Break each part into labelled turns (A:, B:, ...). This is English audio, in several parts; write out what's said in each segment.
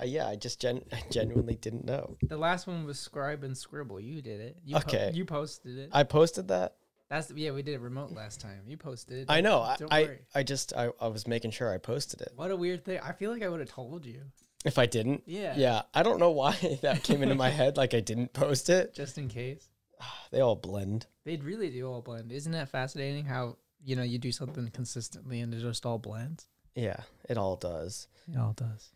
A: Uh, yeah, I just gen- I genuinely didn't know.
B: The last one was Scribe and Scribble. You did it. You po-
A: Okay.
B: you posted it.
A: I posted that.
B: That's yeah. We did it remote last time. You posted it.
A: I know. I
B: Don't
A: I,
B: worry.
A: I just I, I was making sure I posted it.
B: What a weird thing. I feel like I would have told you
A: If I didn't,
B: Yeah.
A: yeah. I don't know why that came into my head. Like I didn't post it.
B: just in case.
A: They all blend.
B: They'd really do all blend. Isn't that fascinating? How you know you do something consistently and it just all blends.
A: Yeah, it all does.
B: It all does.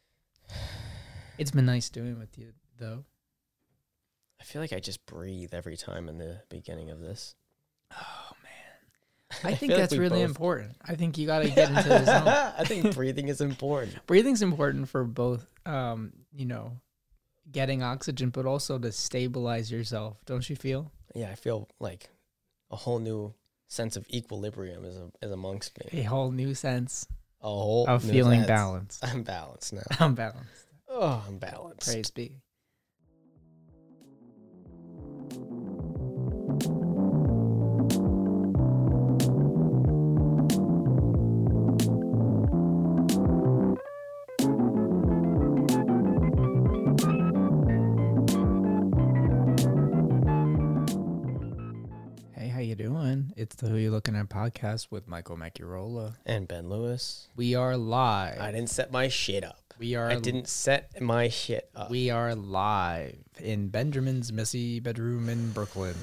B: It's been nice doing with you though.
A: I feel like I just breathe every time in the beginning of this.
B: Oh man, I
A: feel
B: think
A: like
B: that's
A: we
B: really
A: both-
B: important. I think you got to get into the zone.
A: I think breathing is important.
B: Breathing's important for both, um, you know, getting oxygen, but also to stabilize yourself. Don't you feel?
A: Yeah, I feel like a whole new sense of equilibrium is a, is amongst me.
B: A whole new sense
A: A whole
B: of
A: new
B: feeling
A: sense.
B: balanced.
A: I'm balanced now.
B: I'm balanced.
A: Oh, I'm balanced.
B: Praise be. Hey, how you doing? It's the Who You Looking At podcast with Michael Macirola.
A: And Ben Lewis,
B: We are live.
A: I didn't set my shit up.
B: we are
A: I didn't set my shit up.
B: Um, we are live in Benjamin's messy bedroom in Brooklyn.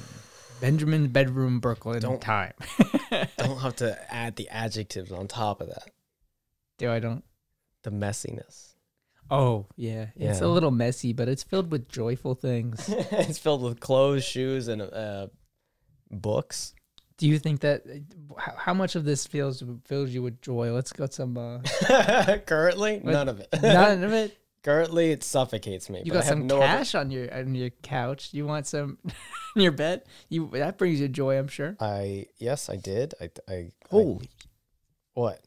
B: Benjamin's bedroom, Brooklyn.
A: Don't-
B: time.
A: Don't have to add the adjectives on top of that.
B: Do I don't?
A: The messiness.
B: Oh yeah, it's
A: Yeah.
B: a little messy, but it's filled with joyful things.
A: it's filled with clothes, shoes, and uh, books.
B: Do you think that how, how much of this feels fills you with joy? Let's get some. Uh,
A: Currently, none of it.
B: none of it.
A: Currently, it suffocates me.
B: You
A: but
B: got
A: I have
B: some
A: no other-
B: cash on your on your couch. You want some in your bed? You that brings you joy, I'm sure.
A: I yes, I did. I I I-
B: Holy,
A: What?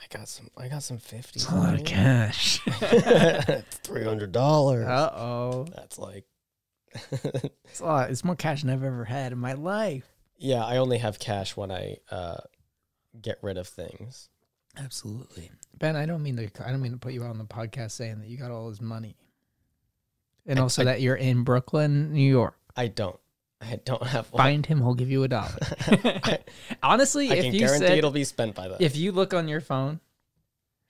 A: I got some. I got some fifty.
B: cash.
A: Three hundred dollars.
B: uh oh,
A: That's like.
B: it's a lot. It's more cash than I've ever had in my life.
A: yeah, I only have cash when I uh, get rid of things.
B: Absolutely, Ben. I don't mean to. I don't mean to put you on the podcast saying that you got all this money, and
A: I-
B: also
A: I-
B: that you're in Brooklyn, New York.
A: I don't. I don't have.
B: Find him; he'll give you a dollar.
A: I,
B: Honestly,
A: I
B: if
A: can
B: you
A: guarantee
B: said,
A: it'll be spent by then.
B: if you look on your phone,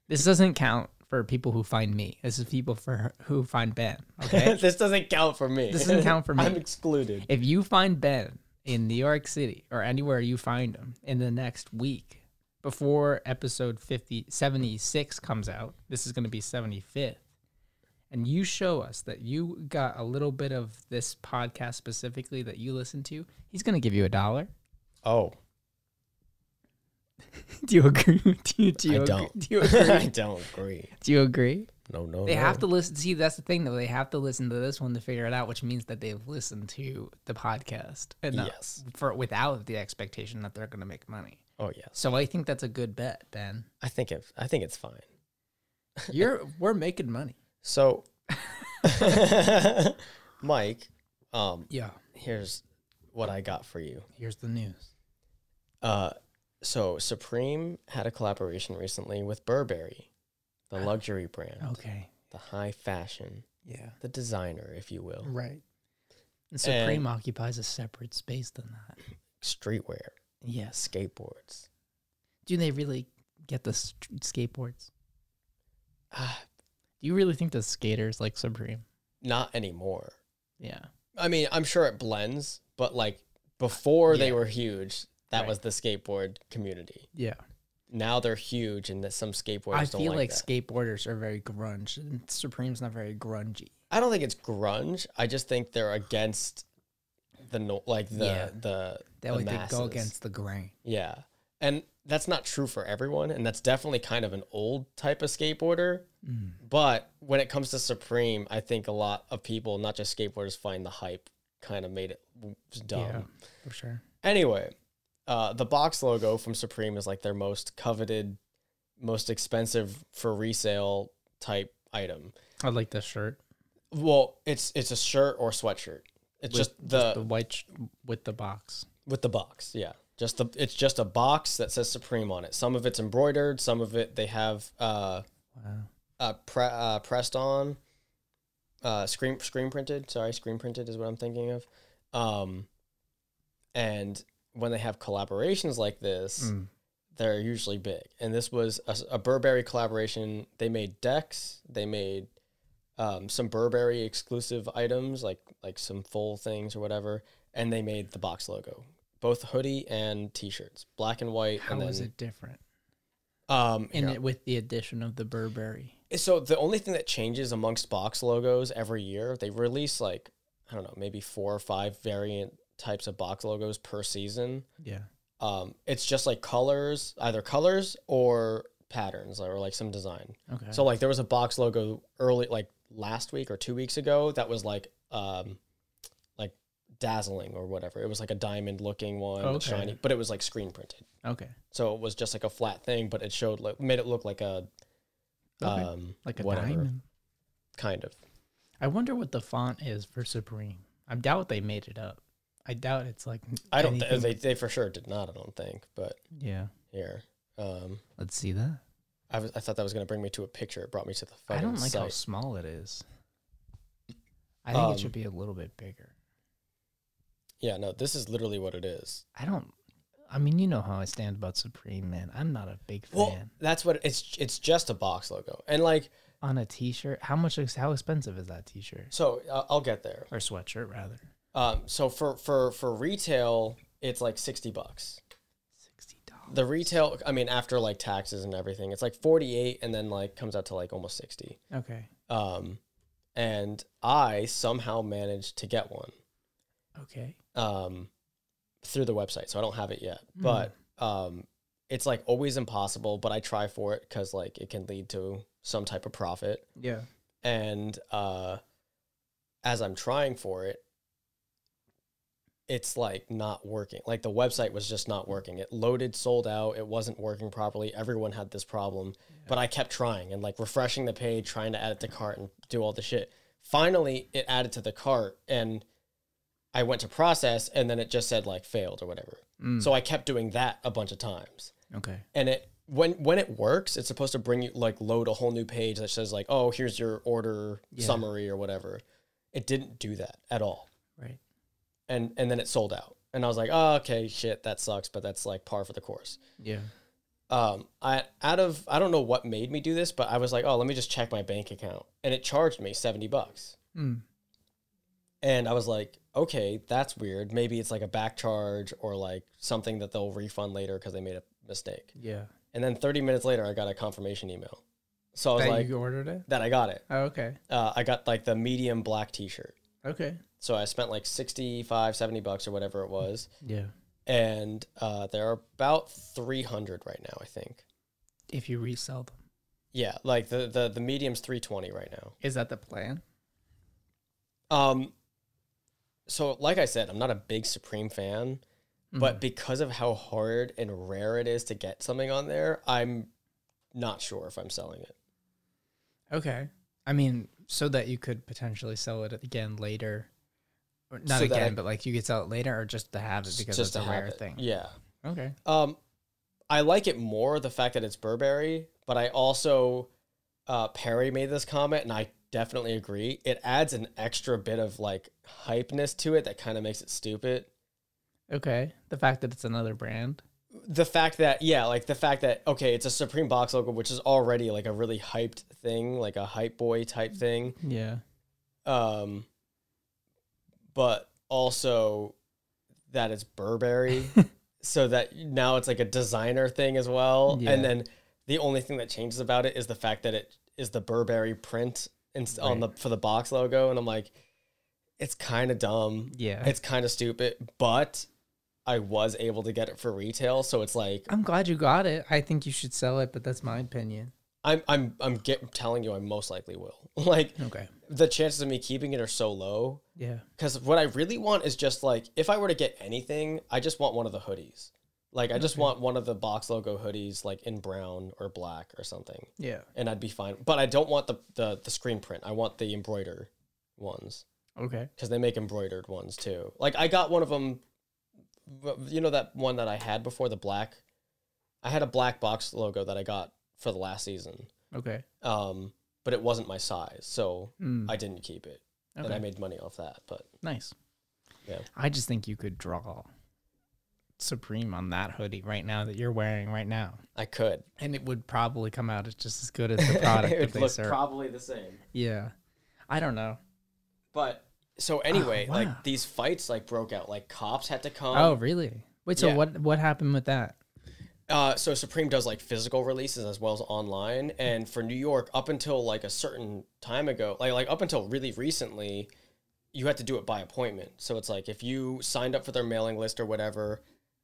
B: this doesn't count for people who find me. This is people for who find Ben. Okay,
A: this doesn't count for me.
B: This doesn't count for me.
A: I'm excluded.
B: if you find Ben in New York City or anywhere you find him in the next week before episode 50, 76 comes out, this is going to be 75th, and you show us that you got a little bit of this podcast specifically that you listen to, he's going to give you a dollar.
A: Oh,
B: Do you agree? Do you, do
A: I
B: you, agree?
A: don't.
B: Do you
A: I
B: agree?
A: don't agree.
B: do you agree?
A: No, no.
B: They
A: no.
B: have to listen. See, that's the thing, though. They have to listen to this one to figure it out, which means that they've listened to the podcast enough
A: Yes.
B: for without the expectation that they're going to make money.
A: Oh yes.
B: So I think that's a good bet, Ben.
A: I think it. I think it's fine.
B: You're we're making money.
A: So, Mike, um,
B: Yeah.
A: here's what I got for you.
B: Here's the news.
A: Uh, so Supreme had a collaboration recently with Burberry,
B: Ah.
A: the luxury
B: Oh.
A: brand,
B: Okay.
A: the high fashion,
B: Yeah.
A: the designer, if you will,
B: Right. And Supreme occupies a separate space than that.
A: streetwear,
B: Yes.
A: skateboards.
B: Do they really get the s- skateboards?
A: Ah,
B: Do you really think the skaters like Supreme?
A: not anymore.
B: Yeah.
A: I mean, I'm sure it blends, but like before they
B: Yeah.
A: were huge, that
B: Right.
A: was the skateboard community.
B: Yeah.
A: Now they're huge, and that some skateboarders
B: I
A: don't
B: feel like,
A: that.
B: skateboarders are very grunge, and Supreme's not very grungy.
A: I don't think it's grunge. I just think they're against the no, like the
B: Yeah.
A: the
B: That
A: the
B: way they
A: masses.
B: go against the grain.
A: Yeah, and that's not true for everyone, and that's definitely kind of an old type of skateboarder. But when it comes to Supreme, I think a lot of people, not just skateboarders, find the hype kind of made it w- dumb.
B: Yeah, for sure.
A: Anyway, uh, the box logo from Supreme is like their most coveted, most expensive for resale type item.
B: I like this shirt.
A: Well, it's it's a shirt or sweatshirt. It's just the,
B: The white sh- with the box.
A: with the box. Yeah, just the it's just a box that says Supreme on it. Some of it's embroidered. Some of it they have uh,
B: Wow.
A: uh, pre- uh pressed on. uh, screen screen printed. Sorry, screen printed is what I'm thinking of. Um, and when they have collaborations like this,
B: Mm.
A: they're usually big. And this was a, a Burberry collaboration. They made decks. They made um, some Burberry exclusive items, like like some full things or whatever. And they made the box logo, both hoodie and T-shirts, black and white.
B: How
A: and
B: is
A: then-
B: it different?
A: Um,
B: And
A: here,
B: it, with the addition of the Burberry.
A: so the only thing that changes amongst box logos every year, they release like I don't know, maybe four or five variant types of box logos per season.
B: Yeah.
A: Um, it's just like colors, either colors or patterns or like some design.
B: Okay.
A: So like there was a box logo early like last week or two weeks ago that was like um like dazzling or whatever. It was like a diamond looking one,
B: Okay.
A: shiny, but it was like screen printed.
B: okay.
A: So it was just like a flat thing, but it showed like made it look like a
B: Okay.
A: um
B: like a
A: whatever,
B: diamond.
A: kind of.
B: I wonder what the font is for Supreme. I doubt they made it up. I doubt it's like
A: I don't think
B: anything-
A: they, they for sure did not. I don't think, but
B: Yeah.
A: here, um,
B: Let's see that.
A: I was I thought that was gonna bring me to a picture. It brought me to the
B: I
A: fucking
B: don't like how
A: site.
B: small it is. I think
A: Um,
B: it should be a little bit bigger.
A: Yeah, no, this is literally what it is.
B: I don't. I mean, you know how I stand about Supreme, man. I'm not a big fan.
A: Well, that's what it's. It's just a box logo, and like
B: On a T-shirt, how much? ex- How expensive is that T-shirt
A: so, I'll I'll get there.
B: or sweatshirt rather?
A: Um, so for for for retail, it's like sixty bucks.
B: Sixty dollars.
A: The retail, I mean, after like taxes and everything, it's like forty eight, and then like comes out to like almost sixty.
B: Okay.
A: Um, and I somehow managed to get one.
B: Okay.
A: um, through the website, so I don't have it yet.
B: Hmm.
A: But um, it's like always impossible. But I try for it because like it can lead to some type of profit.
B: Yeah.
A: And uh, as I'm trying for it, it's like not working. Like the website was just not working. It loaded, sold out. It wasn't working properly. Everyone had this problem. But I kept trying and like refreshing the page, trying to add it to cart and do all the shit. Finally, it added to the cart and I went to process and then it just said like failed or whatever.
B: Mm.
A: So I kept doing that a bunch of times.
B: Okay.
A: And it when when it works, it's supposed to bring you like load a whole new page that says like, "Oh, here's your order
B: Yeah.
A: summary or whatever." It didn't do that at all.
B: Right.
A: And and then it sold out. And I was like, "Oh, okay, shit, that sucks, but that's like par for the course."
B: Yeah.
A: um i out of i don't know what made me do this but i was like oh let me just check my bank account and it charged me 70 bucks
B: Mm.
A: and i was like okay that's weird maybe it's like a back charge or like something that they'll refund later because they made a mistake
B: Yeah.
A: and then 30 minutes later i got a confirmation email so i was
B: that
A: like
B: you ordered it.
A: that i got it
B: Oh, okay.
A: uh, i got like the medium black t-shirt
B: Okay.
A: so i spent like 65 70 bucks or whatever it was
B: Yeah.
A: and uh, there are about 300 right now i think
B: If you resell them,
A: yeah like the the, the medium's 320 right now
B: is that the plan?
A: Um, so like I said, I'm not a big Supreme fan,
B: Mm-hmm.
A: but because of how hard and rare it is to get something on there, I'm not sure if I'm selling it.
B: Okay. I mean, so that you could potentially sell it again later. Or not
A: So that I-
B: again, but like you could sell it later or just to have it because it's
A: to
B: a
A: have
B: rare
A: it.
B: thing.
A: Yeah.
B: Okay.
A: Um, I like it more the fact that it's Burberry, but I also uh, Perry made this comment, and I definitely agree. It adds an extra bit of like hypeness to it that kind of makes it stupid.
B: Okay. The fact that it's another brand.
A: the fact that yeah like the fact that okay it's a supreme box logo which is already like a really hyped thing like a hype boy type thing
B: Yeah.
A: um but also that it's burberry so that now it's like a designer thing as well
B: Yeah.
A: and then the only thing that changes about it is the fact that it is the burberry print inst- on the
B: Right.
A: for the box logo and i'm like it's kind of dumb
B: Yeah.
A: it's kind of stupid but i was able to get it for retail so it's like
B: I'm glad you got it. I think you should sell it, but that's my opinion.
A: I'm I'm I'm get, telling you I most likely will. Like
B: Okay.
A: the chances of me keeping it are so low
B: Yeah.
A: cuz what I really want is just like if I were to get anything, I just want one of the hoodies. Like I just
B: Okay.
A: want one of the box logo hoodies like in brown or black or something
B: Yeah.
A: and I'd be fine. But I don't want the the, the screen print. I want the embroidered ones
B: Okay.
A: cuz they make embroidered ones too. Like I got one of them you know that one that I had before the black I had a black box logo that I got for the last season
B: Okay.
A: um, but it wasn't my size, so
B: Mm,
A: I didn't keep it, and I
B: okay.
A: made money off that. But
B: Nice.
A: Yeah.
B: I just think you could draw Supreme on that hoodie right now that you're wearing right now.
A: I could.
B: And it would probably come out as just as good as the product
A: it
B: that
A: would
B: they
A: look
B: serve.
A: probably the same.
B: yeah. I don't know.
A: But so anyway,
B: wow.
A: like these fights like broke out. Like cops had to come.
B: oh, really? Wait, so
A: Um, yeah.
B: what what happened with that?
A: Uh, so Supreme does like physical releases as well as online, and for New York, up until like a certain time ago, like like up until really recently, you had to do it by appointment. So it's like if you signed up for their mailing list or whatever,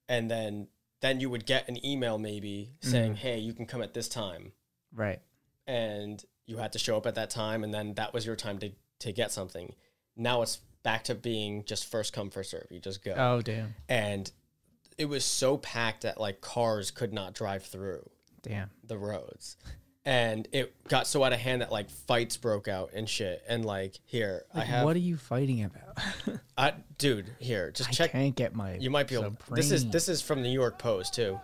A: and then then you would get an email maybe
B: Mm-hmm.
A: saying, "Hey, you can come at this time,"
B: Right.
A: and you had to show up at that time, and then that was your time to to get something. Now it's back to being just first come first serve. You just go,
B: Oh damn.
A: and it was so packed that like cars could not drive through
B: Damn.
A: the roads. And it got so out of hand that like fights broke out and shit. And like here, I
B: Like,
A: have,
B: what are you fighting about?
A: I, dude, here, just
B: I
A: check.
B: can't get my
A: You might be able. This is
B: Supreme.
A: this is from the New York Post too.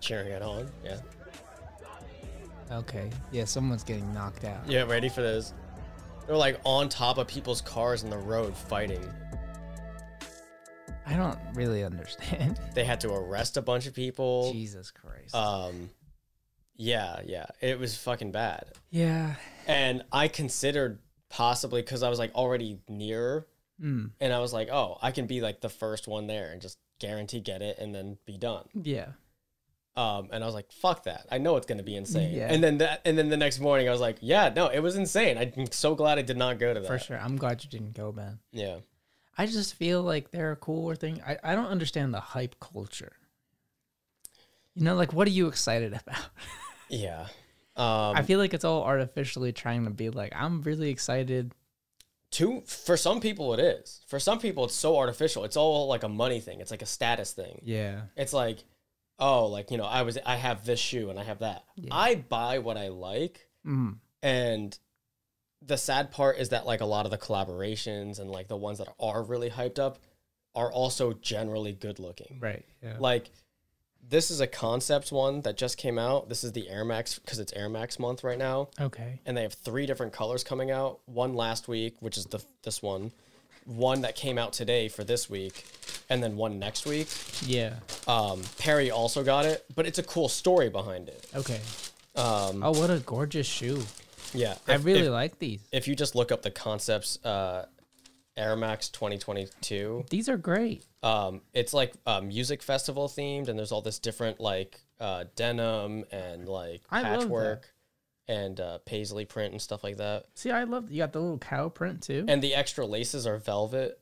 A: Cheering it on, yeah,
B: Okay. Yeah, someone's getting knocked out.
A: yeah. Ready for this? They're like on top of people's cars in the road fighting.
B: I don't really understand.
A: They had to arrest a bunch of people.
B: Jesus Christ.
A: Um, yeah, yeah. It was fucking bad.
B: yeah.
A: and I considered possibly because I was like already near,
B: Mm.
A: and I was like, oh, I can be like the first one there and just guarantee get it and then be done.
B: Yeah.
A: Um, and I was like, fuck that. I know it's gonna be insane.
B: Yeah.
A: And then that, and then the next morning, I was like, yeah, no, it was insane. I'm so glad I did not go to that.
B: For sure. I'm glad you didn't go, man.
A: Yeah,
B: I just feel like they're a cooler thing. I, I don't understand the hype culture. You know, like what are you excited about?
A: yeah. Um,
B: I feel like it's all artificially trying to be like, I'm really excited.
A: two for some people it is. For some people, it's so artificial. It's all like a money thing. It's like a status thing.
B: Yeah.
A: It's like, oh, like you know, I was I have this shoe and I have that.
B: Yeah.
A: I buy what I like.
B: Mm.
A: And the sad part is that like a lot of the collaborations and like the ones that are really hyped up are also generally good looking.
B: Right. Yeah.
A: Like this is a concept one that just came out. This is the Air Max because it's Air Max month right now,
B: Okay.
A: and they have three different colors coming out. One last week, which is the this one, one that came out today for this week, and then one next week.
B: Yeah.
A: Um, Perry also got it, but it's a cool story behind it.
B: Okay. Um, oh, what a gorgeous shoe.
A: Yeah,
B: I
A: if- if-
B: really like these.
A: if you just look up the concepts uh Air Max 2022
B: These are great.
A: um it's like uh, music festival themed and there's all this different like uh denim and like
B: I love that.
A: patchwork and uh paisley print and stuff like that
B: See, I love you got the little cow print too.
A: and the extra laces are velvet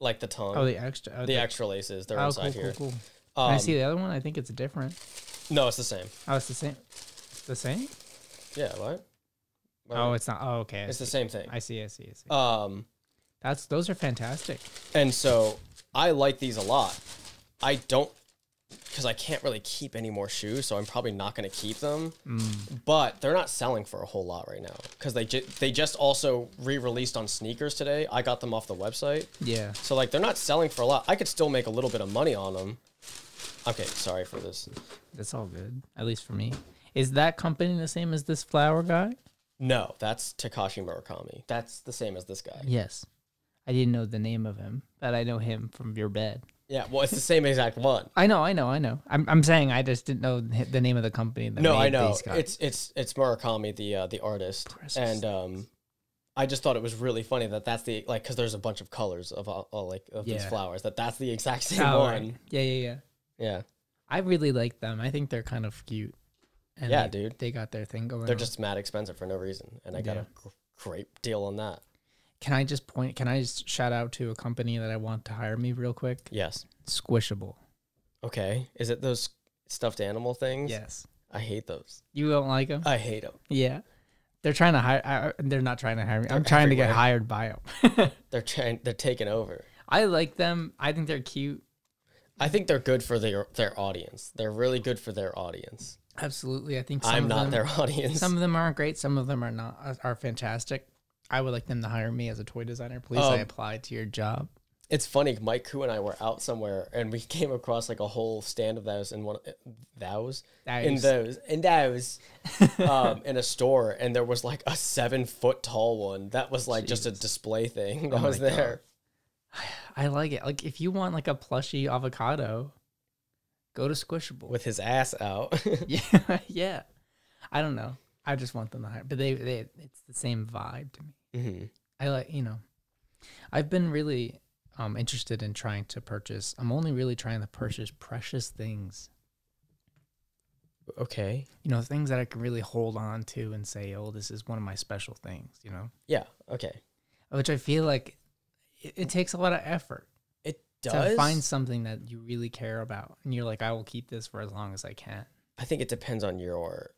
A: like the tongue
B: oh, the extra. Oh,
A: the extra laces they're
B: Oh, cool,
A: inside
B: cool,
A: here Um,
B: cool. Can I see the other one. I think it's different.
A: no it's the same
B: Oh, it's the same. The same?
A: yeah what Why
B: Oh,
A: would-
B: it's not. Oh, okay. I
A: it's
B: see.
A: the same thing
B: I see. I see. I see.
A: um
B: That's those are fantastic.
A: And so I like these a lot. I don't because I can't really keep any more shoes, so I'm probably not going to keep them.
B: Mm.
A: But they're not selling for a whole lot right now because they ju- they just also re-released on sneakers today. I got them off the website,
B: Yeah.
A: so like they're not selling for a lot. I could still make a little bit of money on them. Okay, sorry for this.
B: That's all good. At least for me. Is that company the same as this flower guy?
A: No, that's Takashi Murakami. That's the same as this guy.
B: Yes. I didn't know the name of him, but I know him from your bed.
A: Yeah, well, it's the same exact one.
B: I know, I know, I know. I'm, I'm saying I just didn't know hi- the name of the company. That
A: No,
B: made
A: I know
B: These guys.
A: it's it's it's Murakami, the uh, the artist,
B: Precious
A: and um, I just thought it was really funny that that's the like because there's a bunch of colors of all, all, like of these
B: Yeah.
A: flowers that that's the exact same
B: Oh,
A: one.
B: right. Yeah, yeah, yeah.
A: Yeah,
B: I really like them. I think they're kind of cute. And
A: Yeah,
B: they-
A: dude.
B: They got their thing going.
A: they're
B: on.
A: just mad expensive for no reason, and I got a gr- great deal on that.
B: Can I just point? Can I just shout out to a company that I want to hire me real quick?
A: Yes.
B: Squishable.
A: Okay. Is it those stuffed animal things?
B: Yes.
A: I hate those.
B: You don't like them?
A: I hate them.
B: Yeah. They're trying to hire. I, I- they're not trying to hire me. I'm trying to get
A: everywhere.
B: hired by them.
A: They're trying. They're taking over.
B: I like them. I think they're cute.
A: I think they're good for their their audience. They're really good for their audience.
B: Absolutely. I think some
A: I'm
B: of
A: not
B: them,
A: their audience.
B: Some of them aren't great. Some of them are not are fantastic. I would like them to hire me as a toy designer. Please, I
A: Um,
B: applied to your job.
A: it's funny. Mike Koo and I were out somewhere, and we came across like a whole stand of those in one eh, those in those
B: Those.
A: in those um, in a store, and there was like a seven foot tall one that was like just a display thing that was
B: Oh my God.
A: there.
B: I like it. Like if you want like a plushy avocado, go to Squishable.
A: with his ass out.
B: yeah, yeah. I don't know. I just want them to hire, but they, they it's the same vibe to me. I like you know, I've been really um interested in trying to purchase. I'm only really trying to purchase precious things.
A: Okay.
B: You know, things that I can really hold on to and say, "Oh, this is one of my special things." You know,
A: Yeah. Okay.
B: which I feel like it, it takes a lot of effort
A: It
B: to
A: does.
B: find something that you really care about, and you're like, "I will keep this for as long as I can."
A: I think it depends on your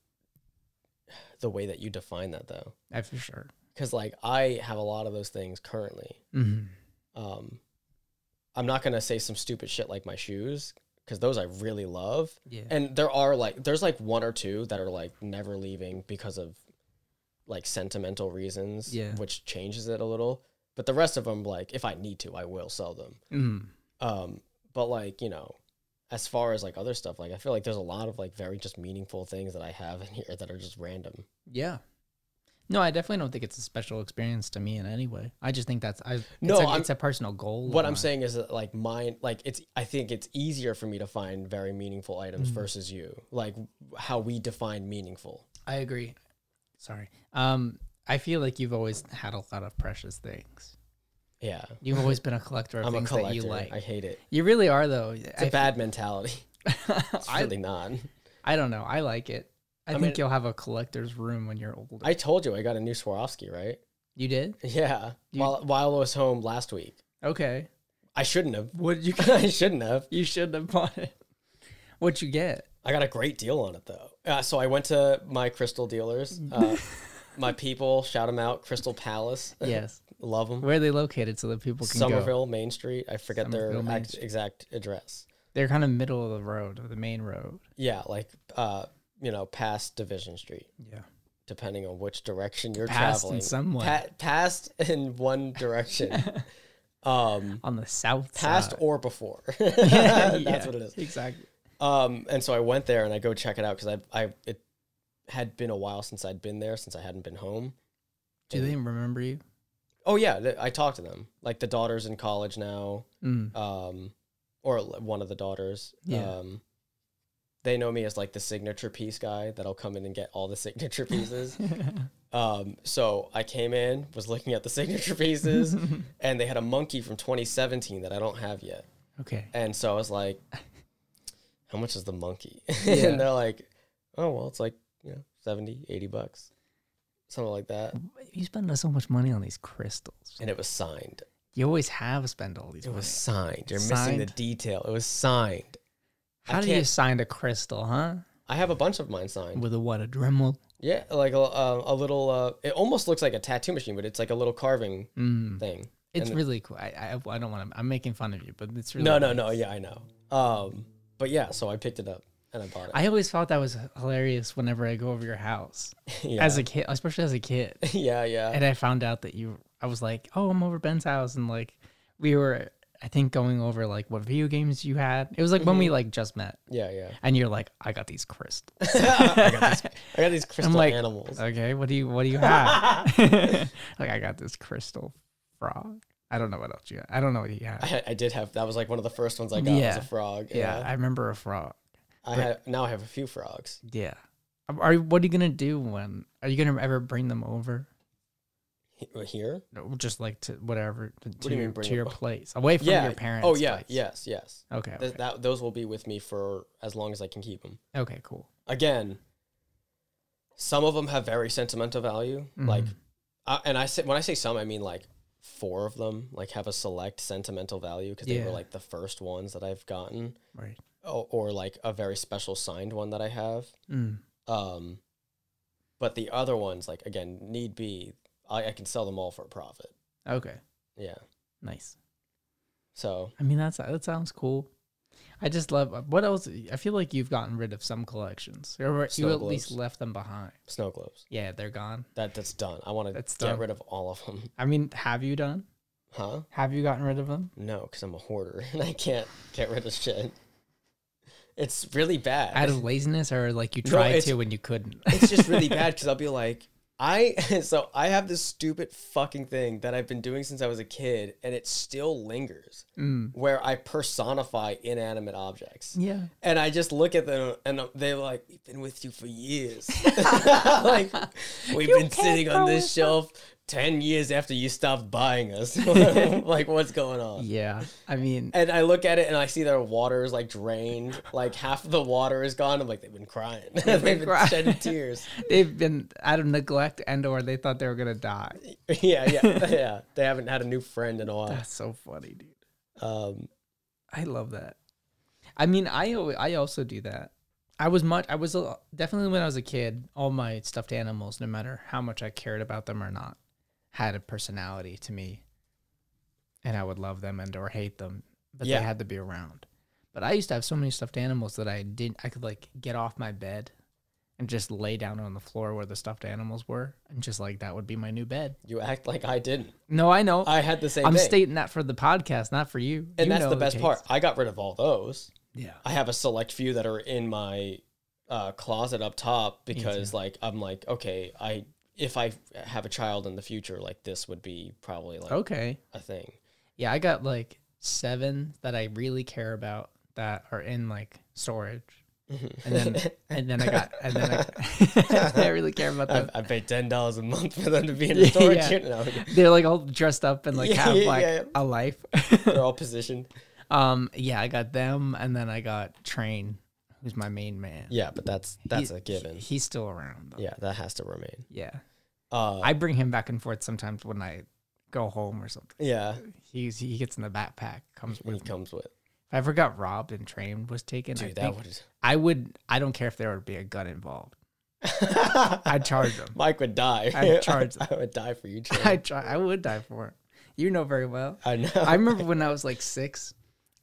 A: the way that you define that though,
B: I for sure.
A: because like I have a lot of those things currently.
B: hmm
A: Um, I'm not gonna say some stupid shit like my shoes because those I really love,
B: Yeah.
A: and there are like there's like one or two that are like never leaving because of like sentimental reasons,
B: Yeah.
A: which changes it a little. But the rest of them, like if I need to, I will sell them.
B: mm.
A: Um, but like, you know, as far as like other stuff, like I feel like there's a lot of like very just meaningful things that I have in here that are just random.
B: Yeah. No, I definitely don't think it's a special experience to me in any way. I just think that's I. It's
A: No,
B: a,
A: I'm-
B: it's a personal goal. of
A: What I'm
B: mine.
A: saying is that like mine, like it's, I think it's easier for me to find very meaningful items
B: Mm.
A: versus you, like how we define meaningful.
B: I agree. Sorry. Um, I feel like you've always had a lot of precious things.
A: Yeah.
B: You've always been a collector of
A: I'm a
B: things
A: collector.
B: that you like.
A: I hate it.
B: you really are, though.
A: It's a bad mentality. It's
B: I,
A: really not.
B: I don't know. I like it. I,
A: I
B: think
A: mean-
B: you'll have a collector's room when you're older.
A: I told you I got a new Swarovski, right?
B: you did?
A: Yeah.
B: You-
A: while, while I was home last week.
B: Okay.
A: I shouldn't have.
B: What did you?
A: I shouldn't have.
B: you shouldn't have bought it. What'd you get?
A: I got a great deal on it though. Uh, so I went to my crystal dealers, uh, my people, shout them out, Crystal Palace,
B: Yes.
A: love them.
B: Where are they located so that people can go?
A: Somerville Main Street. I forget
B: Somerville,
A: their
B: Main
A: act-
B: Street.
A: exact address.
B: They're kind of middle of the road, of the main road.
A: Yeah, like uh, you know, past Division Street,
B: Yeah.
A: depending on which direction you're
B: Past
A: traveling.
B: in some way.
A: Pa- past in one direction. um,
B: on the south
A: past
B: side.
A: or before. That's what it is.
B: Exactly.
A: Um, and so I went there and I go check it out because I, I, it had been a while since I'd been there since I hadn't been home.
B: Do they remember you?
A: Oh yeah, th- I talked to them. Like the daughter's in college now,
B: Mm.
A: um, or l- one of the daughters.
B: Yeah.
A: Um, they know me as like the signature piece guy that'll come in and get all the signature pieces. um, so I came in, was looking at the signature pieces, and they had a monkey from 2017 that I don't have yet.
B: Okay.
A: And so I was like, "How much is the monkey?"
B: Yeah.
A: and they're like, "Oh well, it's like you know 70, 80 bucks, something like that."
B: You spend so much money on these crystals.
A: And it was signed.
B: You always have spent all these.
A: It
B: money.
A: was signed. You're missing the
B: Signed.
A: detail. It was signed.
B: How
A: I
B: do you
A: can't-
B: sign a crystal, huh?
A: I have a bunch of mine signed.
B: With a what? A Dremel.
A: Yeah, like a, uh, a little. Uh, it almost looks like a tattoo machine, but it's like a little carving
B: Mm.
A: thing.
B: It's
A: And-
B: really cool. I, I, I don't want to. I'm making fun of you, but it's really.
A: No, no,
B: nice.
A: no. Yeah, I know. Um, but yeah, so I picked it up and I bought it.
B: I always thought that was hilarious whenever I go over your house
A: yeah.
B: as a kid, especially as a kid.
A: yeah, yeah,
B: and I found out that you, I was like, oh, I'm over Ben's house, and like we were, I think, going over like what video games you had. It was like
A: Mm-hmm.
B: when we like just met,
A: yeah, yeah.
B: and you're like, I got these crystals.
A: I, got these, I got these crystal
B: like- uh,
A: animals.
B: okay, what do you, what do you have? like I got this crystal frog. I don't know what else you. Got. I don't know what you
A: I,
B: have.
A: had- I did have that was like one of the first ones I got
B: Yeah.
A: was a frog.
B: Yeah, I remember a frog.
A: I had now I have a few frogs.
B: Yeah. Are you- what are you gonna do when are you gonna ever bring them over?
A: He- Here,
B: No, Just like to whatever to,
A: do you
B: your,
A: mean bring
B: to
A: them
B: your
A: over?
B: place away from
A: yeah.
B: your parents.
A: oh yeah,
B: place.
A: yes, yes.
B: Okay,
A: Th-
B: okay,
A: that those will be with me for as long as I can keep them.
B: okay, cool.
A: again, some of them have very sentimental value. Like, I, and I say when I say some, I mean like four of them like have a select sentimental value because they
B: Yeah.
A: were like the first ones that I've gotten,
B: Right.
A: or, or like a very special signed one that I have.
B: Mm.
A: Um, but the other ones, like again, need be I, I can sell them all for a profit.
B: Okay.
A: Yeah.
B: Nice.
A: So
B: I mean, that's that sounds cool. I just love uh, what else. I feel like you've gotten rid of some collections, or you
A: Snow
B: at least
A: globes.
B: left them behind.
A: snow globes.
B: Yeah, they're gone.
A: That that's done. I want to
B: That's
A: get
B: done.
A: rid of all of them.
B: I mean, have you done?
A: Huh?
B: Have you gotten rid of them?
A: No, because I'm a hoarder and I can't get rid of shit. It's really bad.
B: Out of laziness or like you
A: No,
B: tried
A: it's-
B: to when you couldn't?
A: it's just really bad because I'll be like, I so I have this stupid fucking thing that I've been doing since I was a kid, and it still lingers, where I personify inanimate objects.
B: Mm, yeah.
A: And I just look at them, and they're like, "We've been with you for years. like, we've been sitting on this shelf ten years after you stopped buying us. like, what's going on?"
B: Yeah. I mean,
A: And I look at it and I see their water is like drained, like half of the water is gone. I'm like, they've been crying, they've been,
B: crying.
A: shedding tears.
B: they've been out of neglect and or they thought they were gonna die.
A: yeah, yeah, yeah. They haven't had a new friend in a while.
B: That's so funny, dude.
A: Um,
B: I love that. I mean, I al- I also do that. I was much. I was a, definitely when I was a kid. All my stuffed animals, no matter how much I cared about them or not, had a personality to me, and I would love them and or hate them, but
A: Yeah.
B: they had to be around. But I used to have so many stuffed animals that I didn't. I could like get off my bed and just lay down on the floor where the stuffed animals were, and just like that would be my new bed.
A: you act like I didn't.
B: No, I know. I,
A: I had the same
B: am
A: thing,
B: stating that for the podcast, not for you.
A: and
B: You
A: that's
B: know
A: the best
B: case.
A: part. I got rid of all those.
B: Yeah.
A: I have a select few that are in my uh, closet up top because, like, I'm like, okay, I if I have a child in the future, like this would be probably like
B: Okay.
A: a thing.
B: Yeah, I got like seven that I really care about that are in like storage,
A: Mm-hmm.
B: and then and then I got and then I, I really care about
A: I,
B: them.
A: I pay ten dollars a month for them to be in the storage
B: Uh, Yeah.
A: unit. No,
B: They're like all dressed up and like
A: Yeah,
B: have
A: yeah,
B: like
A: yeah.
B: a life.
A: they're all positioned.
B: um, yeah, I got them, and then I got Train, who's my main man.
A: Yeah, but that's that's
B: He-
A: a given.
B: he- he's still around. Though.
A: Yeah, that has to remain.
B: Yeah,
A: Uh,
B: I bring him back and forth sometimes when I go home or something.
A: yeah,
B: He's he gets in the backpack, comes with.
A: he
B: me.
A: comes with
B: If I ever got robbed and Train was taken, I
A: dude. That
B: think-
A: would.
B: I would. I don't care if there would be a gun involved. I'd charge them.
A: Mike would die.
B: I'd charge
A: I would die for you, Trey.
B: I try. I would die for it. You know very well.
A: I know.
B: I remember when I was like six,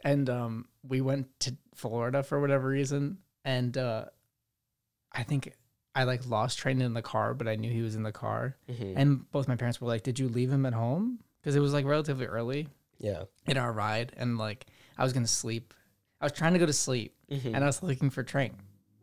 B: and um, we went to Florida for whatever reason, and uh, I think I like lost train in the car, but I knew he was in the car,
A: Mhm.
B: and both my parents were like, "Did you leave him at home?" Because it was like relatively early
A: Yeah.
B: in our ride, and like I was gonna sleep. I was trying to go to sleep,
A: Mm-hmm.
B: and I was looking for train,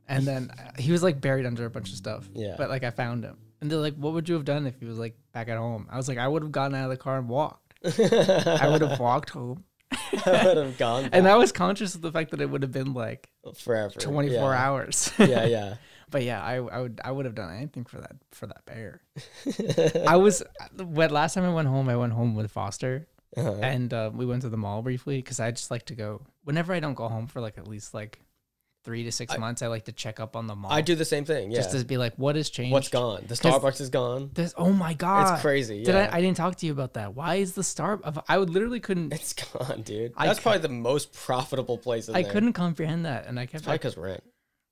B: and then uh, he was like buried under a bunch of stuff.
A: Yeah.
B: but like I found him, and they're like, "What would you have done if he was like back at home?" I was like, "I would have gotten out of the car and walked. I would have walked home."
A: I would have gone
B: And I was conscious of the fact that it would have been like
A: back forever.
B: 24
A: yeah.
B: hours.
A: Yeah, yeah.
B: but yeah, I, I would I would have done anything for that for that bear. I was when last time I went home, I went home with Foster,
A: Uh-huh.
B: and uh, we went to the mall briefly because I just like to go whenever I don't go home for like at least like three to six months. I like to check up on the mall.
A: I do the same thing. Yeah.
B: just to be like, what has changed?
A: What's gone? The Starbucks is gone.
B: This, oh my god,
A: crazy,
B: Did
A: yeah.
B: I? I didn't talk to you about that. Why is the star? of- I would literally couldn't.
A: It's gone, dude.
B: I
A: That's
B: cou-
A: probably the most profitable place in
B: I
A: there.
B: couldn't comprehend that, and I kept.
A: Probably
B: Like,
A: because rent.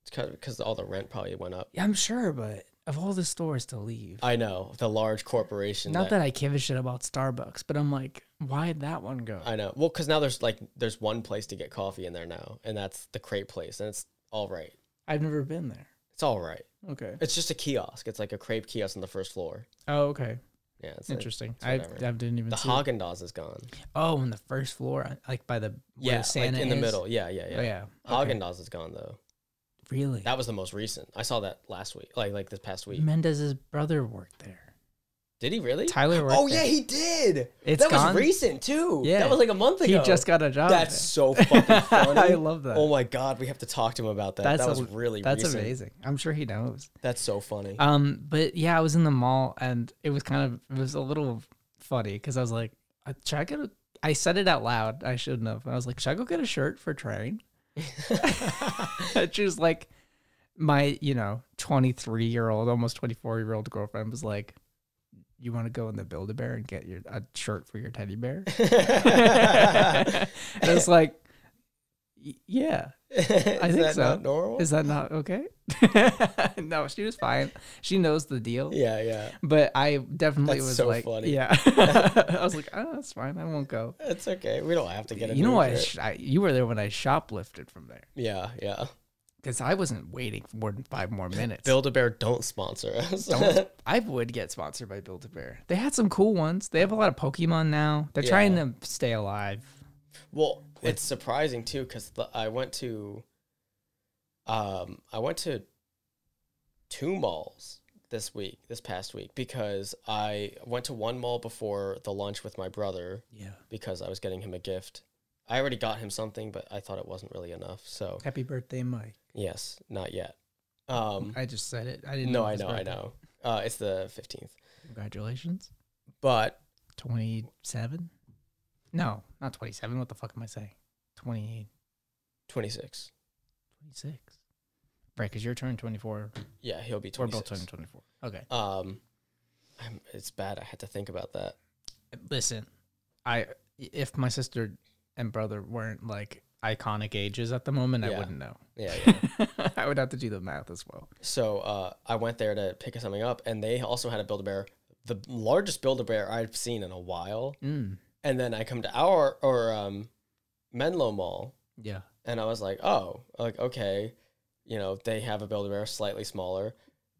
A: It's because all the rent probably went up.
B: I'm sure, but of all the stores to leave,
A: I know the large corporation.
B: not that I give a shit about Starbucks, but I'm like, why would that one go?
A: I know. Well, because now there's like there's one place to get coffee in there now, and that's the crate place, and it's all right.
B: I've never been there.
A: It's all right.
B: Okay.
A: It's just a kiosk. It's like a crepe kiosk on the first floor.
B: Oh, okay.
A: Yeah, it's like-
B: Interesting. I, I
A: whatever.
B: didn't even
A: The
B: see.
A: Haagen Dazs is gone.
B: oh, on the first floor, like by the where
A: Yeah,
B: Santa
A: like in the
B: is?
A: middle. Yeah, yeah, yeah.
B: Oh, yeah.
A: Haagen Dazs is gone though.
B: Really?
A: That was the most recent. I saw that last week, like like this past week.
B: Mendez's brother worked there.
A: Did he really?
B: Tyler worked
A: Oh
B: there.
A: yeah, he did.
B: It's
A: that
B: gone?
A: was recent too.
B: Yeah.
A: that was like a month
B: He
A: ago.
B: just got a job.
A: That's so
B: there.
A: fucking funny.
B: I love that.
A: Oh my god, we have to talk to him about that. that was
B: a-
A: really
B: That's
A: recent.
B: amazing. I'm sure he knows.
A: That's so funny.
B: Um, but yeah, I was in the mall and it was kind of it was a little funny because I was like, I- should I get a? I said it out loud. I shouldn't have. I was like, should I go get a shirt for train? she was like, my you know, twenty three year old, almost twenty four year old girlfriend was like, you want to go in the Build a Bear and get your a shirt for your teddy bear? and I was like, "Y- yeah.
A: I
B: think so.
A: Not normal.
B: Is that not okay? no, she was fine. She knows the deal.
A: yeah, yeah.
B: But I definitely
A: That's
B: was
A: so
B: like,
A: funny.
B: yeah. I was like, oh, that's fine. I won't go.
A: It's okay. We don't have to get. A
B: you know
A: new
B: why? I
A: shirt.
B: sh- I, you were there when I shoplifted from there.
A: Yeah, yeah.
B: because I wasn't waiting for more than five more minutes.
A: Build a Bear don't sponsor us.
B: I would get sponsored by Build a Bear. They had some cool ones. They have a lot of Pokemon now. They're trying to stay alive.
A: well, it's surprising too because I went to, um, I went to two malls this week, this past week, because I went to one mall before the lunch with my brother
B: Yeah.
A: because I was getting him a gift. I already got him something, but I thought it wasn't really enough. So
B: Happy birthday, Mike.
A: yes, not yet. Um,
B: I just said it. I didn't.
A: no,
B: it
A: I
B: was
A: know, I
B: birthday.
A: know. Uh, it's the fifteenth,
B: Congratulations.
A: but
B: 27? No, not 27. What the fuck am I saying? 28,
A: twenty six.
B: 26. Right, because you're turning 24.
A: Yeah, he'll be
B: We're
A: twenty
B: both turning
A: six.
B: 24. Okay.
A: Um, I'm, it's bad. I had to think about that.
B: Listen, I if my sister and brother weren't like iconic ages at the moment, I
A: Yeah.
B: wouldn't know.
A: Yeah, yeah.
B: I would have to do the math as well.
A: so uh, I went there to pick something up, and they also had a Build a Bear, the largest Build a Bear I've seen in a while.
B: Mm.
A: And then I come to our or um, Menlo Mall,
B: Yeah.
A: and I was like, oh, like okay, you know they have a Build a Bear slightly smaller.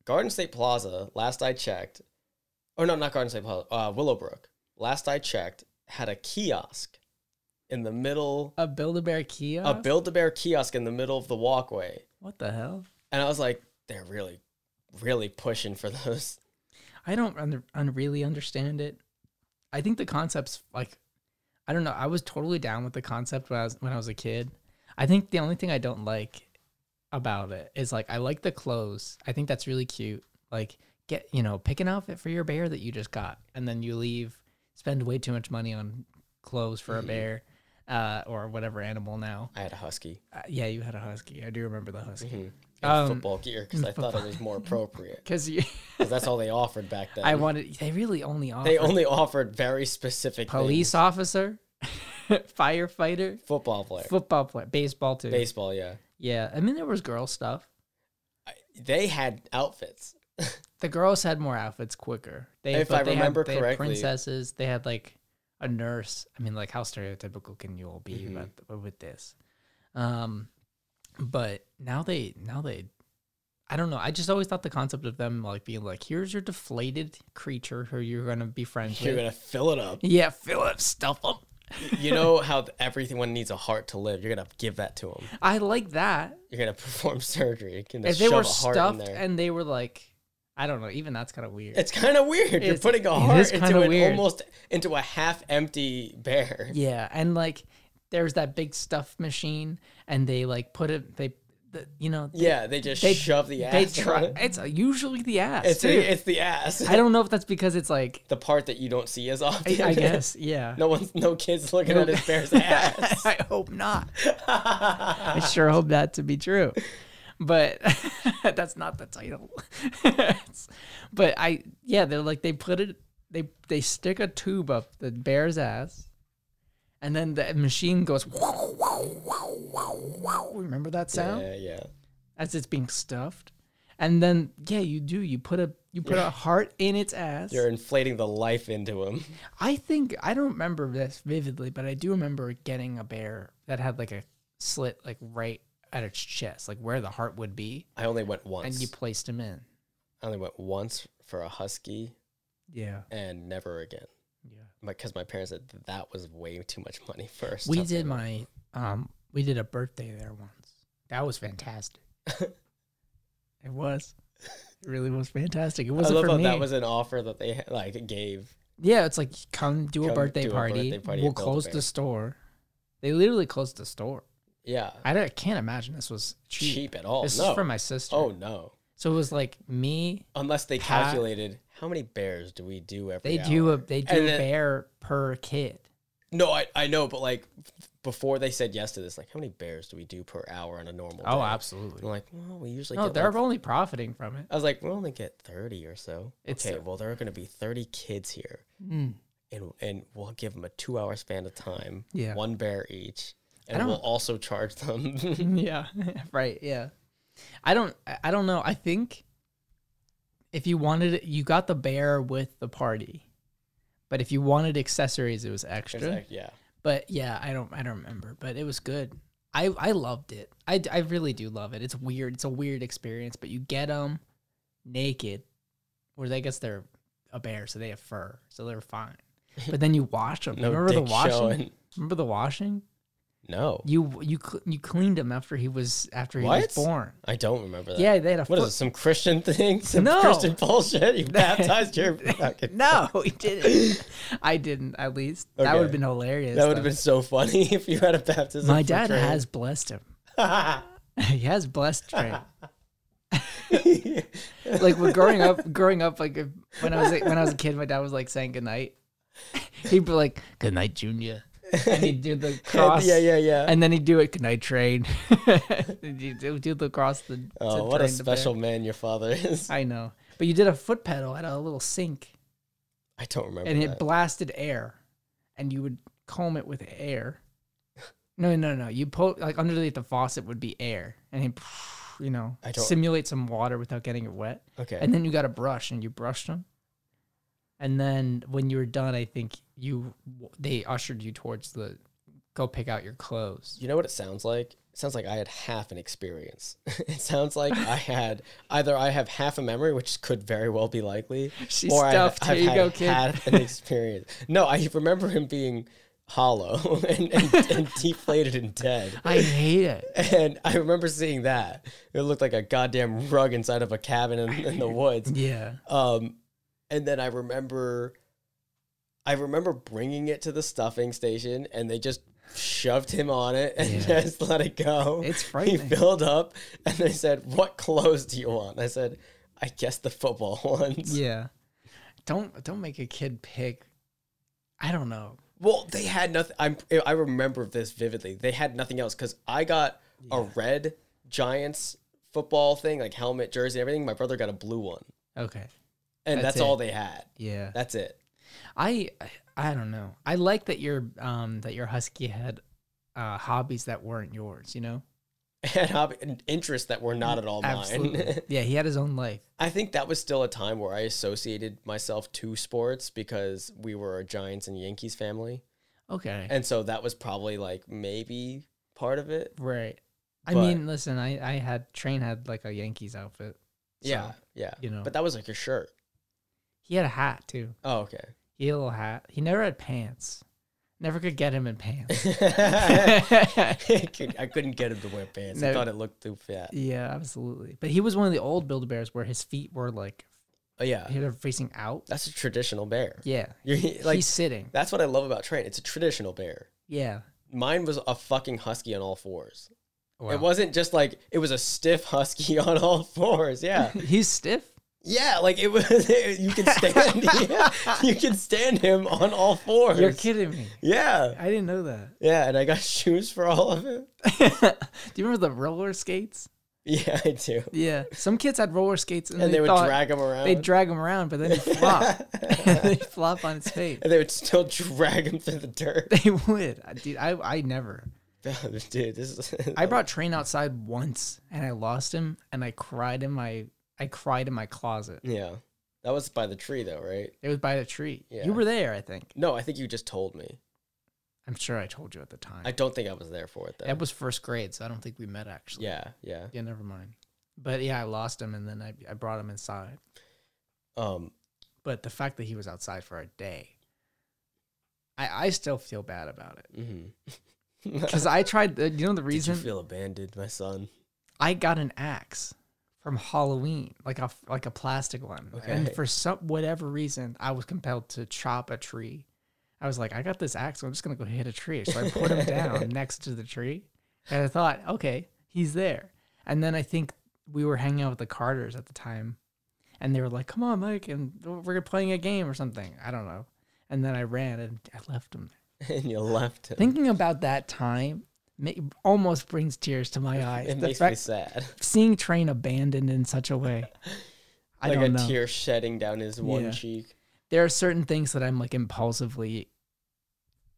A: Garden State Plaza, last I checked, or no, not Garden State Plaza, uh, Willowbrook. Last I checked, had a kiosk in the middle,
B: A Build a Bear Kia?
A: a Build a Bear kiosk in the middle of the walkway.
B: what the hell?
A: And I was like, they're really, really pushing for those.
B: I don't un- un- really understand it. I think the concept's like, I don't know. I was totally down with the concept when I was when I was a kid. I think the only thing I don't like about it is like I like the clothes. I think that's really cute. Like get you know pick an outfit for your bear that you just got, and then you leave spend way too much money on clothes for
A: Mm-hmm.
B: a bear uh, or whatever animal now.
A: I had a husky
B: Uh, yeah, you had a husky. I do remember the husky
A: in
B: Um,
A: football gear because I thought it was more appropriate
B: because you.
A: 'Cause that's all they offered back then.
B: I wanted. They really only offered
A: they only offered very specific
B: police
A: things.
B: officer, firefighter,
A: football player,
B: football player, baseball too.
A: baseball. Yeah,
B: yeah, I mean there was girl stuff.
A: I, they had outfits.
B: The girls had more outfits quicker. They,
A: If
B: but
A: I
B: they
A: remember
B: had, they had
A: correctly-
B: princesses. They had like a nurse. I mean, like how stereotypical can you all be
A: Mm-hmm.
B: about, with this? Um, but now they now they. I don't know. I just always thought the concept of them like being like, here's your deflated creature who you're gonna be friends
A: You're
B: with.
A: gonna fill it up.
B: Yeah, Philip, stuff them.
A: You know how th- everyone needs a heart to live. You're gonna give that to them.
B: I like that.
A: You're gonna perform surgery. You're gonna
B: if they
A: shove
B: were
A: a heart in
B: stuffed
A: there.
B: and they were like, I don't know, even that's kind of weird.
A: it's kind of weird. You're
B: It's-
A: putting
B: it
A: a heart
B: is kinda
A: into an
B: weird.
A: almost into a half-empty bear.
B: yeah, and like there's that big stuff machine, and they like put it, they, the, you know, they,
A: Yeah, they just
B: they-
A: shove the
B: they
A: ass.
B: try.
A: on it.
B: It's usually the ass.
A: It's
B: too.
A: the, it's the ass.
B: I don't know if that's because it's like,
A: the part that you don't see as
B: I,
A: often.
B: I guess, yeah.
A: no one's no kids looking at his bear's ass.
B: I hope not. I sure hope that to be true. But that's not the title. but I yeah, they're like they put it they they stick a tube up the bear's ass and then the machine goes remember that sound
A: Yeah, yeah.
B: as it's being stuffed. And then yeah, you do. You put a you put a heart in its ass.
A: You're inflating the life into him.
B: I think I don't remember this vividly, but I do remember getting a bear that had like a slit like right at its chest, like where the heart would be,
A: I only went
B: and
A: once.
B: you placed him in.
A: I only went once for a husky
B: Yeah.
A: and never again.
B: Yeah.
A: Because my parents said that, that was way too much money for us.
B: We did my um we did a birthday there once. That was fantastic. it was. It really was fantastic. It
A: I
B: wasn't
A: love
B: for
A: how
B: me.
A: that was an offer that they like gave.
B: yeah, it's like come do a
A: Come
B: birthday
A: do a
B: party.
A: birthday party
B: we'll
A: at
B: close
A: Build-A-Bear.
B: the store. They literally closed the store.
A: Yeah,
B: I, don't- I can't imagine this was cheap.
A: cheap, at all.
B: This
A: no.
B: is for my sister.
A: oh no.
B: So it was like me.
A: Unless they
B: Pat-
A: calculated how many bears do we do every
B: They do
A: hour?
B: a they do
A: And
B: a
A: then-
B: bear per kid.
A: No, I, I know, but like before they said yes to this, like how many bears do we do per hour on a normal day?
B: Oh, absolutely.
A: I'm like, well, we usually
B: No,
A: get
B: they're
A: like-
B: only profiting from it.
A: I was like, we only get thirty or so.
B: It's-
A: okay, well, there are going to be thirty kids here, and and we'll give them a two-hour span of time.
B: Yeah.
A: one bear each,
B: I
A: and
B: don't-
A: we'll also charge them.
B: yeah. right. Yeah. I don't. I I don't know. I think if you wanted, it, you got the bear with the party, but if you wanted accessories, it was extra.
A: It's like, yeah,
B: But yeah, I don't. I don't remember. But it was good. I I loved it. I, d- I really do love it. It's weird. It's a weird experience, but you get them naked, where I guess they're a bear, so they have fur, so they're fine. But then you wash them.
A: No
B: Remember the
A: dick
B: washing?
A: showing.
B: Remember the washing?
A: No,
B: You you cl- you cleaned him after he was after he was
A: What?
B: born.
A: I don't remember that.
B: Yeah, they had a
A: What is
B: foot-
A: it? Some Christian thing? Some
B: No.
A: Christian bullshit? You baptized your fucking.
B: No, he didn't. I didn't. At least that
A: Okay.
B: would have been hilarious.
A: That would have
B: though.
A: been so funny if you had a baptism.
B: My
A: for
B: dad
A: Trey.
B: has blessed him. he has blessed Trey. like when growing up, growing up, like if- when I was a- when I was a kid, my dad was like saying goodnight. He'd be like, "Good night, Junior," and he'd do the cross.
A: yeah, yeah, yeah.
B: And then he'd do it, "Good night, Train." he'd do do the cross. The,
A: oh,
B: to
A: what a
B: Train the bear.
A: special man your father is.
B: I know, but you did a foot pedal at a little sink,
A: I don't remember.
B: and
A: that.
B: it blasted air, and you would comb it with air. No, no, no. You pull like underneath the faucet would be air, and it, you know,
A: I don't-
B: simulate some water without getting it wet.
A: okay.
B: And then you got a brush and you brushed them. And then when you were done, I think you they ushered you towards the go pick out your clothes.
A: You know what it sounds like? It sounds like I had half an experience. it sounds like I had either I have half a memory, which could very well be likely,
B: She
A: I-
B: stuffed. Here you
A: had
B: go, kid.
A: half an experience. No, I remember him being hollow and, and, and deflated and dead.
B: I hate it.
A: And I remember seeing that. It looked like a goddamn rug inside of a cabin in, in the woods.
B: Yeah.
A: Um, and then I remember, I remember bringing it to the stuffing station, and they just shoved him on it and
B: Yeah.
A: just let it go.
B: It's frightening.
A: He filled up, and they said, "What clothes do you want?" I said, "I guess the football ones."
B: Yeah. Don't don't make a kid pick. I don't know.
A: Well, they had nothing. I'm, I remember this vividly. They had nothing else because I got a red Giants football thing, like helmet, jersey, everything. My brother got a blue one,
B: Okay.
A: and
B: That's
A: that's,
B: it.
A: all they had.
B: Yeah.
A: That's it.
B: I I don't know. I like that your um that your husky had uh hobbies that weren't yours, you know?
A: And hobby- and interests that were not at
B: Oh,
A: all mine.
B: Absolutely. yeah, he had his own life.
A: I think that was still a time where I associated myself to sports because we were a Giants and Yankees family.
B: Okay.
A: And so that was probably like maybe part of it.
B: Right. I
A: But-
B: mean, listen, I I had train had like a Yankees outfit. so-
A: yeah. Yeah.
B: you know.
A: But that was like your shirt.
B: He had a hat too.
A: Oh, okay.
B: He had a little hat. He never had pants. Never could get him in pants.
A: I could- I couldn't get him to wear pants.
B: No.
A: I thought it looked too fat.
B: yeah, absolutely. But he was one of the old Build Bears where his feet were like
A: Oh, yeah.
B: they were facing out.
A: That's a traditional bear.
B: Yeah.
A: You're, uh, like,
B: He's sitting.
A: that's what I love about Train. It's a traditional bear.
B: Yeah.
A: Mine was a fucking husky on all fours.
B: Wow.
A: It wasn't just like it was a stiff husky on all fours. Yeah,
B: He's stiff.
A: yeah. Like it was. you can stand. yeah, you can stand him on all fours.
B: You're kidding me.
A: Yeah,
B: I didn't know that.
A: yeah. And I got shoes for all of it.
B: Do you remember the roller skates?
A: Yeah, I do.
B: Yeah. Some kids had roller skates and,
A: And they, would
B: thought
A: drag him around.
B: they'd drag him around, but then he'd flop. they'd flop on his face.
A: and they would still drag him through the dirt.
B: They would, I- dude. I I never.
A: Dude, this is.
B: I brought Train outside once, and I lost him, and I cried in my I cried in my closet.
A: yeah, that was by the tree though, right?
B: It was by the tree.
A: Yeah.
B: You were there, I think.
A: No, I think you just told me.
B: I'm sure I told you at the time.
A: I don't think I was there for it though.
B: that was first grade, so I don't think we met actually.
A: yeah, yeah.
B: Yeah, never mind. But yeah, I lost him, and then I I brought him inside.
A: Um,
B: But the fact that he was outside for a day, I I still feel bad about it
A: mhm.
B: because I tried. The, you know the
A: Did you
B: reason
A: feel abandoned, my son?
B: I got an axe from Halloween, like a like a plastic one. And
A: Okay.
B: for some whatever reason, I was compelled to chop a tree. I was like, I got this axe, so I'm just gonna go hit a tree. So I put him down next to the tree, and I thought, okay, he's there. And then I think we were hanging out with the Carters at the time, and they were like, "Come on, Mike, and we're playing a game or something." I don't know. And then I ran and I left him.
A: and you left him.
B: Thinking about that time ma- almost brings tears to my eyes.
A: it
B: The
A: makes me
B: fact-
A: sad.
B: seeing Train abandoned in such a way. I
A: like
B: don't
A: a
B: know.
A: tear shedding down his one
B: Yeah.
A: cheek.
B: There are certain things that I'm like impulsively,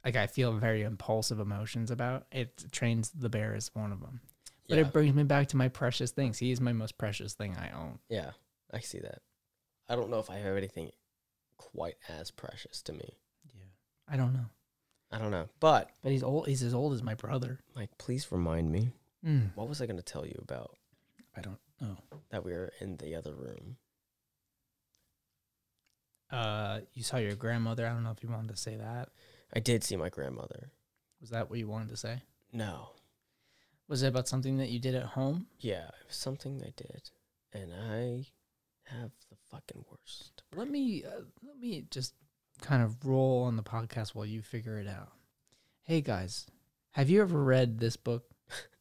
B: like I feel very impulsive emotions about. It trains the bear is one of them, but
A: Yeah,
B: it brings me back to my precious things. He is my most precious thing I own.
A: yeah, I see that. I don't know if I have anything quite as precious to me.
B: Yeah, I don't know.
A: I don't know. But
B: But he's old. He's as old as my brother.
A: like, please remind me. What was I going to tell you about
B: I don't know.
A: that we were in the other room?
B: Uh, you saw your grandmother. I don't know if you wanted to say that.
A: I did see my grandmother.
B: Was that what you wanted to say?
A: No.
B: Was it about something that you did at home?
A: Yeah, it was something they did, and I have the fucking worst.
B: Let me uh, let me just kind of roll on the podcast while you figure it out. Hey guys, have you ever read this book?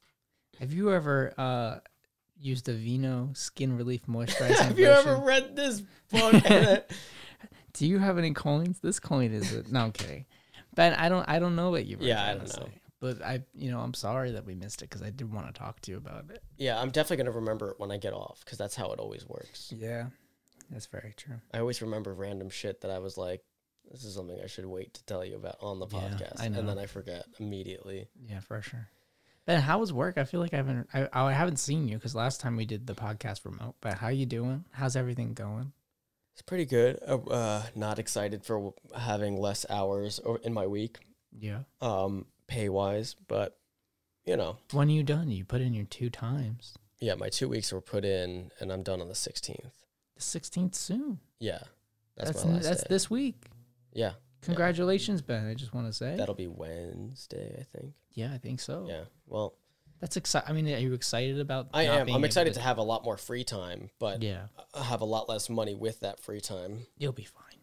B: have you ever uh used the Vino Skin Relief Moisturizing
A: have you ever
B: Lotion?
A: read this book? And it-
B: Do you have any coins? This coin is it? No, I'm kidding. Ben, I don't I don't know what you read.
A: Yeah, I don't
B: honestly.
A: know.
B: But I, you know, I'm sorry that we missed it because I did want to talk to you about it.
A: yeah, I'm definitely gonna remember it when I get off because that's how it always works.
B: Yeah, that's very true.
A: I always remember random shit that I was like, "This is something I should wait to tell you about on the
B: Yeah,
A: podcast,"
B: I
A: and
B: know.
A: then I forget immediately.
B: Yeah, for sure. Ben, how was work? I feel like I haven't I, I haven't seen you because last time we did the podcast remote. But how you doing? How's everything going?
A: It's pretty good. Uh, uh, not excited for w- having less hours o- in my week,
B: Yeah.
A: um, pay wise, but you know,
B: When are you done? You put in your two times.
A: yeah, my two weeks were put in, and I'm done on the 16th.
B: The sixteenth soon.
A: Yeah, that's,
B: That's that's,
A: my last day.
B: this week.
A: Yeah,
B: Congratulations, Ben. I just want to say.
A: that'll be Wednesday, I think.
B: yeah, I think so.
A: Yeah. Well,
B: That's exciting. I mean, are you excited about?
A: I
B: not
A: am.
B: being
A: I'm
B: able
A: excited to have a lot more free time, but
B: Yeah,
A: I have a lot less money with that free time.
B: you'll be fine.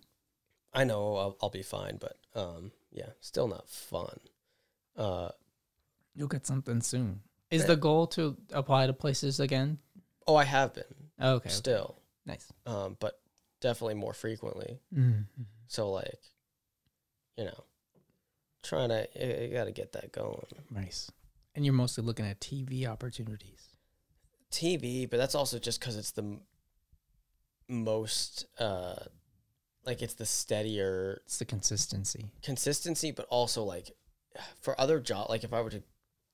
A: I know I'll, I'll be fine, but um, yeah, still not fun. Uh,
B: You'll get something soon. Is the goal to apply to places again?
A: oh, I have been
B: Okay,
A: still,
B: nice.
A: um, but definitely more frequently.
B: Mm.
A: Mm-hmm. So like, you know, trying to you, you got to get that going.
B: Nice. And you're mostly looking at TV opportunities.
A: TV, but that's also just because it's the m- most uh, like it's the steadier
B: It's the consistency.
A: consistency, but also like for other job, like if I were to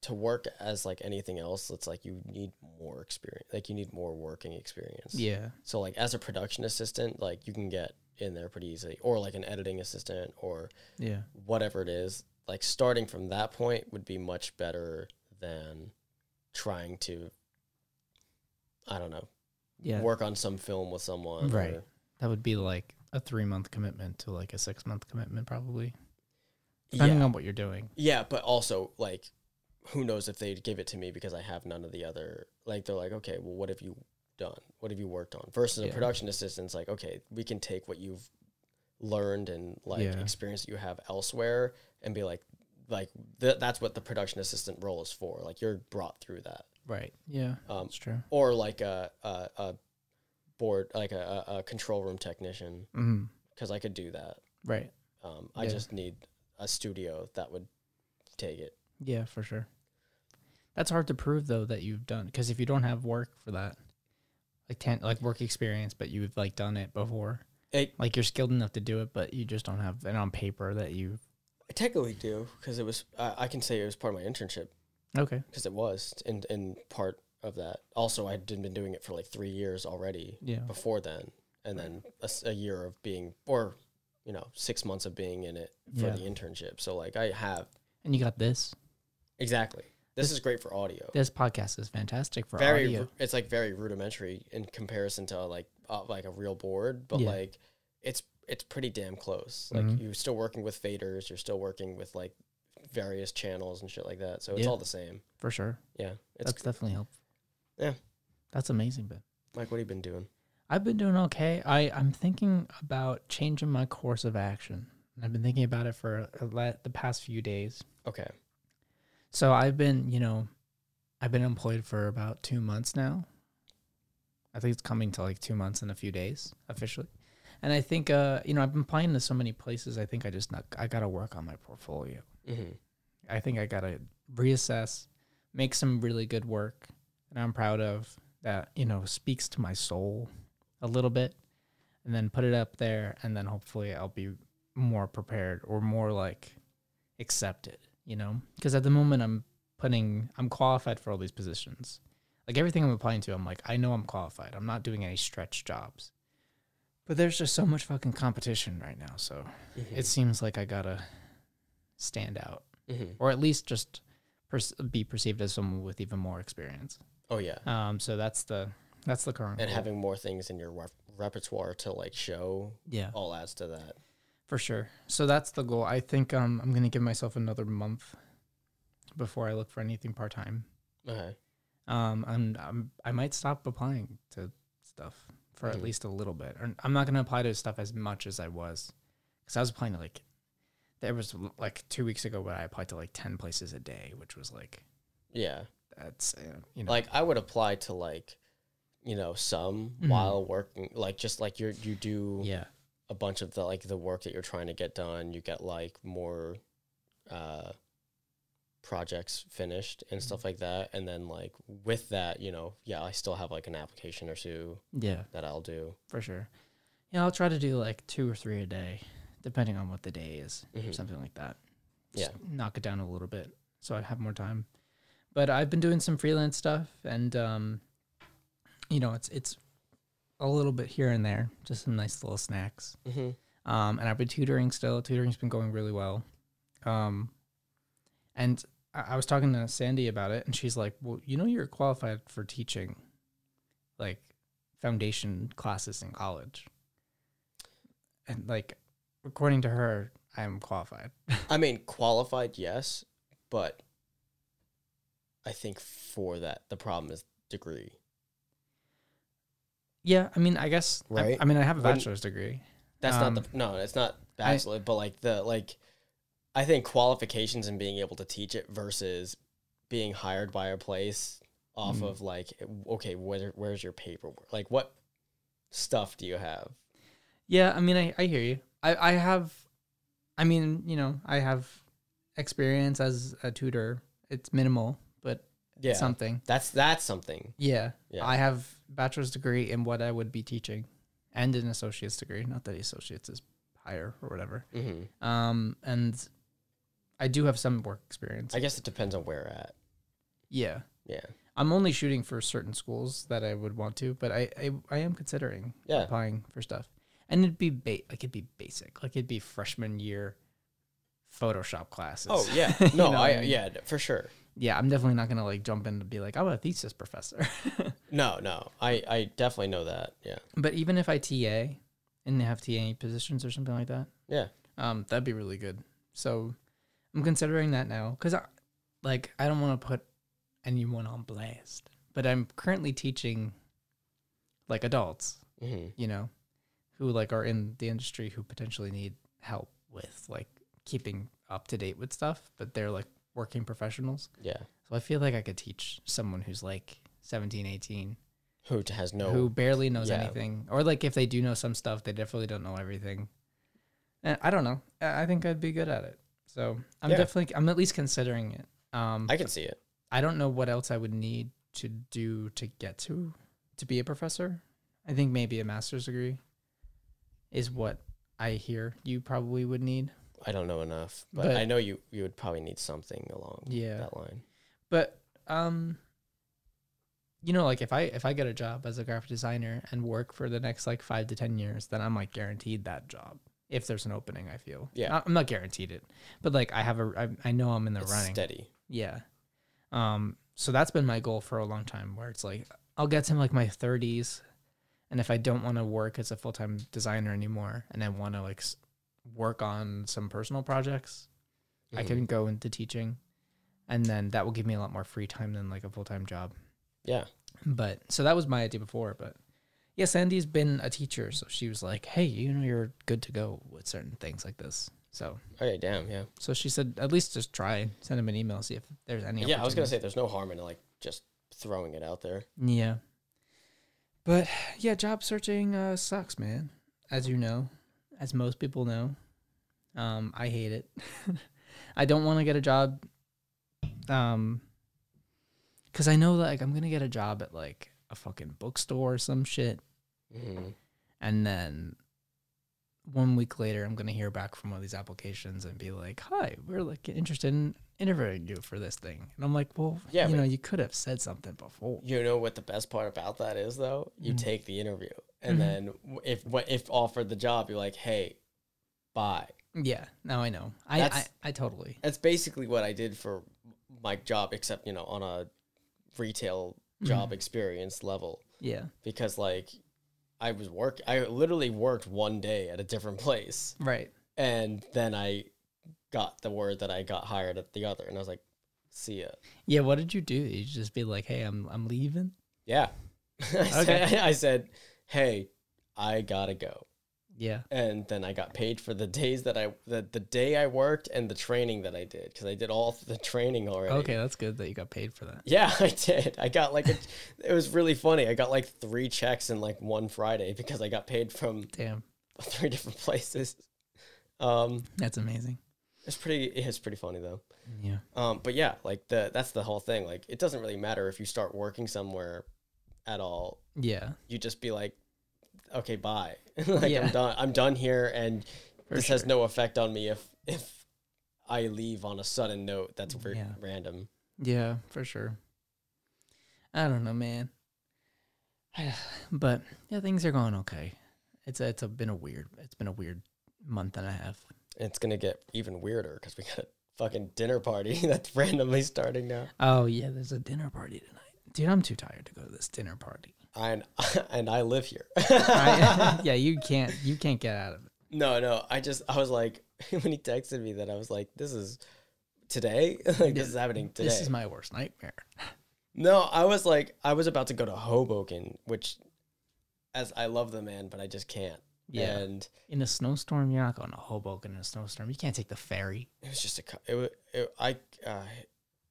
A: to work as like anything else, it's like you need more experience, like you need more working experience.
B: Yeah.
A: So like as a production assistant, like you can get in there pretty easily, or like an editing assistant, or
B: Yeah.
A: whatever it is. Like starting from that point would be much better than trying to, I don't know,
B: Yeah.
A: work on some film with someone.
B: Right.
A: or-
B: That would be like a three month commitment to like a six month commitment, probably, depending
A: yeah.
B: on what you're doing.
A: Yeah, but also like who knows if they'd give it to me because I have none of the other like they're like, okay, well what have you done? What have you worked on? Versus a
B: Yeah.
A: production assistant's like, okay, we can take what you've learned and like
B: Yeah.
A: experience that you have elsewhere and be like like th- that's what the production assistant role is for. Like you're brought through that.
B: Right. Yeah.
A: Um
B: That's true.
A: or like a a, a board like a, a a control room technician
B: Mm.
A: cuz I could do that.
B: Right.
A: Um I
B: Yeah.
A: just need a studio that would take it.
B: Yeah, for sure. That's hard to prove though that you've done because if you don't have work for that, like ten, like work experience, but you've like done it before,
A: It
B: like you're skilled enough to do it, but you just don't have it on paper that you.
A: I technically do because it was. I I can say it was part of my internship
B: Okay.
A: because it was in in part of that. Also, I had been doing it for like three years already
B: Yeah.
A: before then, and then a, s- a year of being or you know six months of being in it for
B: Yeah.
A: the internship. So like I have
B: And you got this.
A: exactly. This is great for audio.
B: This podcast is fantastic for
A: Very,
B: audio.
A: ru- it's like very rudimentary in comparison to like uh, like a real board, but
B: Yeah.
A: like it's it's pretty damn close. Like
B: Mhm.
A: you're still working with faders, you're still working with like various channels and shit like that. So it's
B: Yeah.
A: all the same.
B: for sure.
A: Yeah. It's
B: That's definitely helpful.
A: Yeah.
B: That's amazing, Ben.
A: Mike, what have you been doing?
B: I've been doing okay. I, I'm thinking about changing my course of action. And I've been thinking about it for a, le- the past few days.
A: Okay.
B: So I've been, you know, I've been employed for about two months now. I think it's coming to like two months in a few days officially. And I think, uh, you know, I've been applying to so many places. I think I just not, I got to work on my portfolio.
A: Mm-hmm.
B: I think I gotta reassess, make some really good work that I'm proud of that you know speaks to my soul a little bit, and then put it up there, and then hopefully I'll be more prepared or more like accepted, you know? Because at the moment I'm putting I'm qualified for all these positions. Like everything I'm applying to, I'm like I know I'm qualified. I'm not doing any stretch jobs.
A: Mm-hmm.
B: But there's just so much fucking competition right now, so it seems like I gotta stand out,
A: Mhm.
B: or at least just perc- be perceived as someone with even more experience.
A: Oh yeah,
B: Um, so that's the that's the current
A: and
B: rule.
A: having more things in your rep- repertoire to like show
B: yeah
A: all adds to that.
B: for sure. So that's the goal. I think um, I'm gonna give myself another month before I look for anything part time.
A: Okay.
B: um I'm, I'm i might stop applying to stuff for at
A: Mhm.
B: least a little bit or i'm not going to apply to stuff as much as i was because i was applying to like there was l- like two weeks ago where i applied to like 10 places a day which was like
A: Yeah.
B: that's uh, you know
A: Like I would apply to like, you know, some
B: Mhm.
A: while working, like just like you are you do
B: yeah
A: a bunch of the like the work that you're trying to get done. You get like more uh, projects finished and stuff like that. And then like with that, you know, yeah, I still have like an application or two
B: yeah
A: that I'll do.
B: for sure yeah i'll try to do like two or three a day depending on what the day is or
A: Mhm.
B: something like that.
A: Yeah.
B: Just knock it down a little bit so I have more time. But I've been doing some freelance stuff and um you know, it's it's a little bit here and there, just some nice little snacks.
A: Mhm.
B: Um and I've been tutoring still. Tutoring's been going really well. Um and I, I was talking to Sandy about it and she's like, "Well, you know you're qualified for teaching like foundation classes in college." And like according to her, I'm qualified.
A: I mean, qualified, yes, but I think for that, the problem is degree.
B: Yeah, I mean, I guess. I-
A: Right?
B: I, mean, I have a
A: When-
B: bachelor's degree.
A: That's
B: Um,
A: not the no, it's not bachelor, but like the like I think qualifications and being able to teach it versus being hired by a place off
B: Mm.
A: of like okay, where where's your paperwork? Like what stuff do you have?
B: Yeah, I mean, I, I hear you. I, I have, I mean, you know, I have experience as a tutor. It's minimal, but
A: Yeah.
B: something.
A: That's that's something.
B: Yeah.
A: Yeah.
B: I have bachelor's degree in what I would be teaching, and an associate's degree. Not that associates is higher or whatever.
A: hmm
B: Um, and I do have some work experience.
A: I guess it depends on where at.
B: yeah.
A: Yeah.
B: I'm only shooting for certain schools that I would want to, but I I, I am considering
A: Yeah.
B: applying for stuff. And it'd be ba- like it'd be basic, like it'd be freshman year Photoshop classes.
A: Oh yeah.
B: You
A: No,
B: know what
A: I,
B: mean?
A: yeah, for sure.
B: yeah. I'm definitely not gonna like jump in to be like I'm a thesis professor.
A: No, no. I I definitely know that. Yeah.
B: but even if I TA and have TA positions or something like that,
A: Yeah.
B: um, that'd be really good. So I'm considering that now because I like I don't want to put anyone on blast, but I'm currently teaching like adults.
A: hmm
B: you know, who like are in the industry who potentially need help with like keeping up to date with stuff, but they're like working professionals.
A: Yeah.
B: So I feel like I could teach someone who's like 17, 18
A: Who has no
B: who barely knows
A: Yeah.
B: anything or like if they do know some stuff, they definitely don't know everything. And I don't know. I I think I'd be good at it. So I'm
A: Yeah.
B: definitely I'm at least considering it. Um
A: I can see it.
B: I don't know what else I would need to do to get to to be a professor. I think maybe a master's degree is what I hear you probably would need.
A: I don't know enough, but,
B: But-
A: I know you you would probably need something along
B: Yeah.
A: that line.
B: But um you know like if I if I get a job as a graphic designer and work for the next like 5 to 10 years, then I'm like guaranteed that job if there's an opening, I feel.
A: Yeah.
B: Not- I'm not guaranteed it, but like I have a I, I know I'm in the
A: It's
B: running.
A: steady.
B: Yeah. Um, so that's been my goal for a long time where it's like I'll get to like my 30s and if I don't want to work as a full-time designer anymore and I want to like s- work on some personal projects, I
A: Mhm.
B: can go into teaching and then that will give me a lot more free time than like a full-time job.
A: Yeah.
B: But so that was my idea before, but yeah, Sandy's been a teacher, so she was like, "Hey, you know you're good to go with certain things like this." So,
A: All right. Mm-hmm. Damn. Yeah.
B: so she said at least just try, send him an email, see if there's any
A: Yeah. I was gonna
B: opportunities.
A: say there's no harm in like just throwing it out there.
B: Yeah. But yeah, job searching uh, sucks, man. As you know, as most people know, um, I hate it. I don't want to get a job, um, because I know like I'm gonna get a job at like a fucking bookstore or some shit,
A: hmm
B: and then one week later I'm gonna hear back from one of these applications and be like, "Hi, we're like interested in interviewing you for this thing," and I'm like, "Well,
A: Yeah,
B: yeah, you
A: but-
B: know, you could have said something before."
A: You know what the best part about that is though? You
B: Mhm.
A: take the interview, and
B: Mhm.
A: then w- if what if offered the job, you're like, hey, bye.
B: Yeah. No, I know. I, I,
A: That's-
B: I totally.
A: That's basically what I did for my job, except you know on a retail
B: Mm-hmm.
A: job experience level
B: Yeah.
A: because like I was work I literally worked one day at a different place.
B: Right.
A: And then I got the word that I got hired at the other, and I was like, "See ya."
B: Yeah. What did you do? You just be like, hey, I'm I'm leaving.
A: Yeah. I, said,
B: Okay.
A: I said, "Hey, I gotta go,"
B: Yeah.
A: and then I got paid for the days that I the, the day I worked and the training that I did because I did all the training already.
B: Okay, that's good that you got paid for that.
A: Yeah, I did. I got like a, it was really funny. I got like three checks in like one Friday because I got paid from
B: Damn,
A: three different places. Um,
B: that's amazing.
A: it's pretty. It's pretty funny though.
B: Yeah.
A: Um, but yeah, like the that's the whole thing. Like it doesn't really matter if you start working somewhere at all.
B: Yeah.
A: You just be like, okay, bye. like
B: Yeah.
A: I'm done. I'm done here, and
B: For
A: this has no effect on me if if I leave on a sudden note. That's very
B: Yeah.
A: random.
B: Yeah, for sure. I don't know, man. But yeah, things are going okay. It's a, it's a, been a weird it's been a weird month and a half.
A: It's gonna get even weirder because we got a fucking dinner party that's randomly starting now,
B: Oh yeah, there's a dinner party tonight. Dude, I'm too tired to go to this dinner party.
A: and and I live here.
B: I, yeah, you can't you can't get out of it.
A: No, no. I just I was like when he texted me that I was like, this is today. like this is happening today.
B: This is my worst nightmare.
A: No, I was like, I was about to go to Hoboken, which, as I love the man, but I just can't.
B: Yeah.
A: And
B: In a snowstorm, you're not going to Hoboken in a snowstorm. You can't take the ferry.
A: it was just a, cu- it, wa- it I, uh,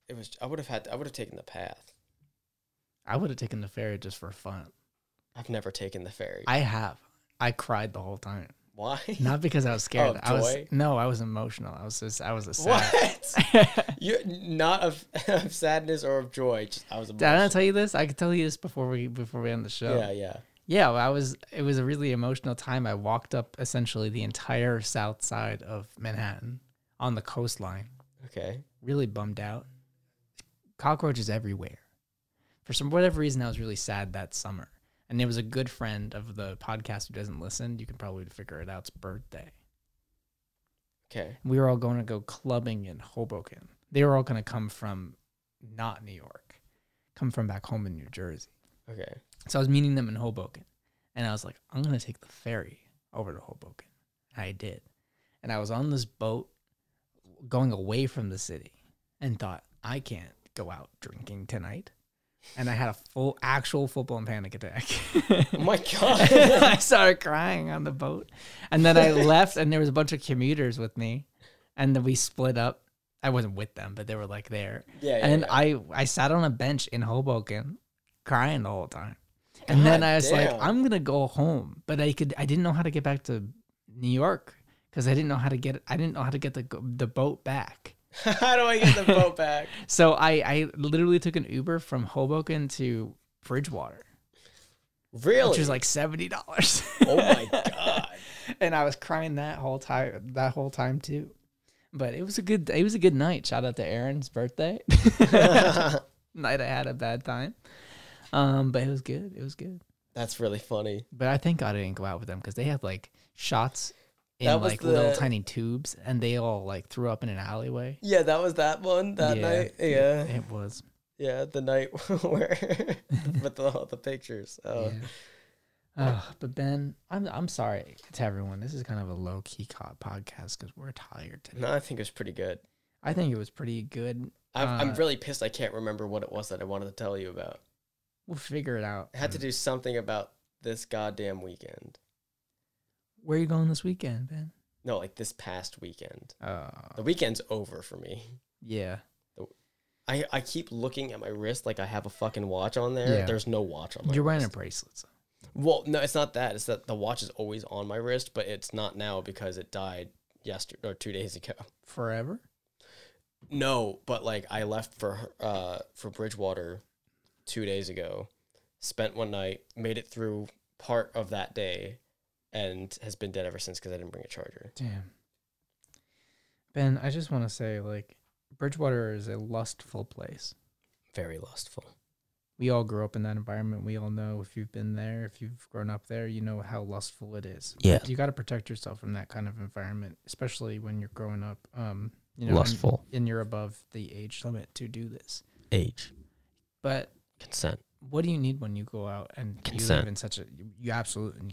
A: it was, I would have had, I would have taken the path.
B: I would have taken the ferry just for fun.
A: I've never taken the ferry.
B: I have. I cried the whole time.
A: Why?
B: Not because I was scared.
A: Oh,
B: I was
A: joy?
B: no, I was emotional. I was just I was a sad.
A: What? you not of, of sadness or of joy. Just, I was
B: Did I not
A: emotional.
B: tell you this? I could tell you this before we before we end the show.
A: Yeah, yeah.
B: Yeah, I was it was a really emotional time. I walked up essentially the entire south side of Manhattan on the coastline.
A: Okay.
B: Really bummed out. Cockroaches everywhere. For some whatever reason I was really sad that summer. And it was a good friend of the podcast who doesn't listen. You can probably figure it out's birthday.
A: Okay.
B: we were all going to go clubbing in Hoboken. They were all going to come from not New York, come from back home in New Jersey.
A: Okay.
B: So I was meeting them in Hoboken, and I was like, I'm going to take the ferry over to Hoboken. I did. And I was on this boat going away from the city and thought, I can't go out drinking tonight. And I had a full, actual football and panic attack.
A: Oh my God.
B: I started crying on the boat. And then I left, and there was a bunch of commuters with me. And then we split up. I wasn't with them, but they were like there.
A: Yeah, yeah,
B: and
A: yeah.
B: I, I sat on a bench in Hoboken crying the whole time. And then
A: God
B: I was like,
A: damn.
B: I'm going to go home. But I could, I didn't know how to get back to New York because I didn't know how to get, I didn't know how to get the, the boat back.
A: How do I get the boat back?
B: So I, I literally took an Uber from Hoboken to Bridgewater,
A: Really?
B: which was like $70.
A: oh my God.
B: and I was crying that whole time that whole time too. But it was a good it was a good night. Shout out to Aaron's birthday. night I had a bad time. Um, but it was good. It was good.
A: That's really funny.
B: But I thank God I didn't go out with them because they had like shots in
A: That was
B: like little
A: the-
B: tiny tubes, and they all like threw up in an alleyway.
A: Yeah, that was that one that
B: Yeah.
A: night. Yeah,
B: It was
A: yeah, the night where with the, all the pictures. Oh,
B: yeah. Oh, but Ben, I'm I'm sorry to everyone. This is kind of a low key co- podcast because we're tired today.
A: no, I think it was pretty good.
B: I think it was pretty good.
A: I'm, I'm
B: Uh,
A: really pissed. I can't remember what it was that I wanted to tell you about.
B: We'll figure it out.
A: I had to do something about this goddamn weekend.
B: Where are you going this weekend, Ben?
A: No, like this past weekend. The
B: Oh,
A: weekend's over for me.
B: yeah.
A: I, I keep looking at my wrist like I have a fucking watch on there.
B: Yeah.
A: There's no watch on my
B: You're
A: wrist.
B: wearing a bracelet. so-
A: Well, no, it's not that. It's that the watch is always on my wrist, but it's not now because it died yesterday or two days ago.
B: Forever?
A: No, but like I left for uh for Bridgewater two days ago, spent one night, made it through part of that day, and has been dead ever since because I didn't bring a charger.
B: Damn. Ben, I just want to say, like, Bridgewater is a lustful place.
A: Very lustful.
B: we all grew up in that environment. We all know if you've been there, if you've grown up there, you know how lustful it is.
C: Yeah.
B: You got to protect yourself from that kind of environment, especially when you're growing up. Um, you know, and-
C: Lustful.
B: and you're above the age limit to do this.
C: Age.
B: But
A: Consent.
B: what do you need when you go out and you
C: Consent.
B: live in such a you absolutely need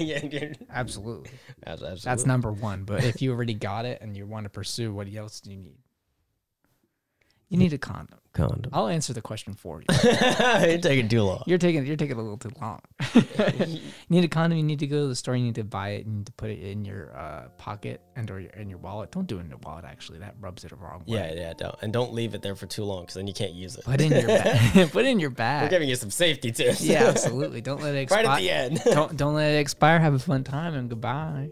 A: yeah, dude.
B: absolutely
A: That's,
B: that's
A: absolutely.
B: number one but if you already got it and you want to pursue what else do you need you need a condom
C: Condom.
B: i'll answer the question for you
C: You're taking too long.
B: you're taking you're taking a little too long you need a condom you need to go to the store you need to buy it you need to put it in your uh, pocket and or your, in your wallet don't do it in your wallet actually that rubs it the wrong way
A: yeah, yeah, don't. And don't leave it there for too long because then you can't use it.
B: put in your bag put it in your
A: We're
B: bag
A: giving you some safety tips.
B: yeah absolutely don't let it expire
A: right at the end.
B: don't don't let it expire have a fun time and goodbye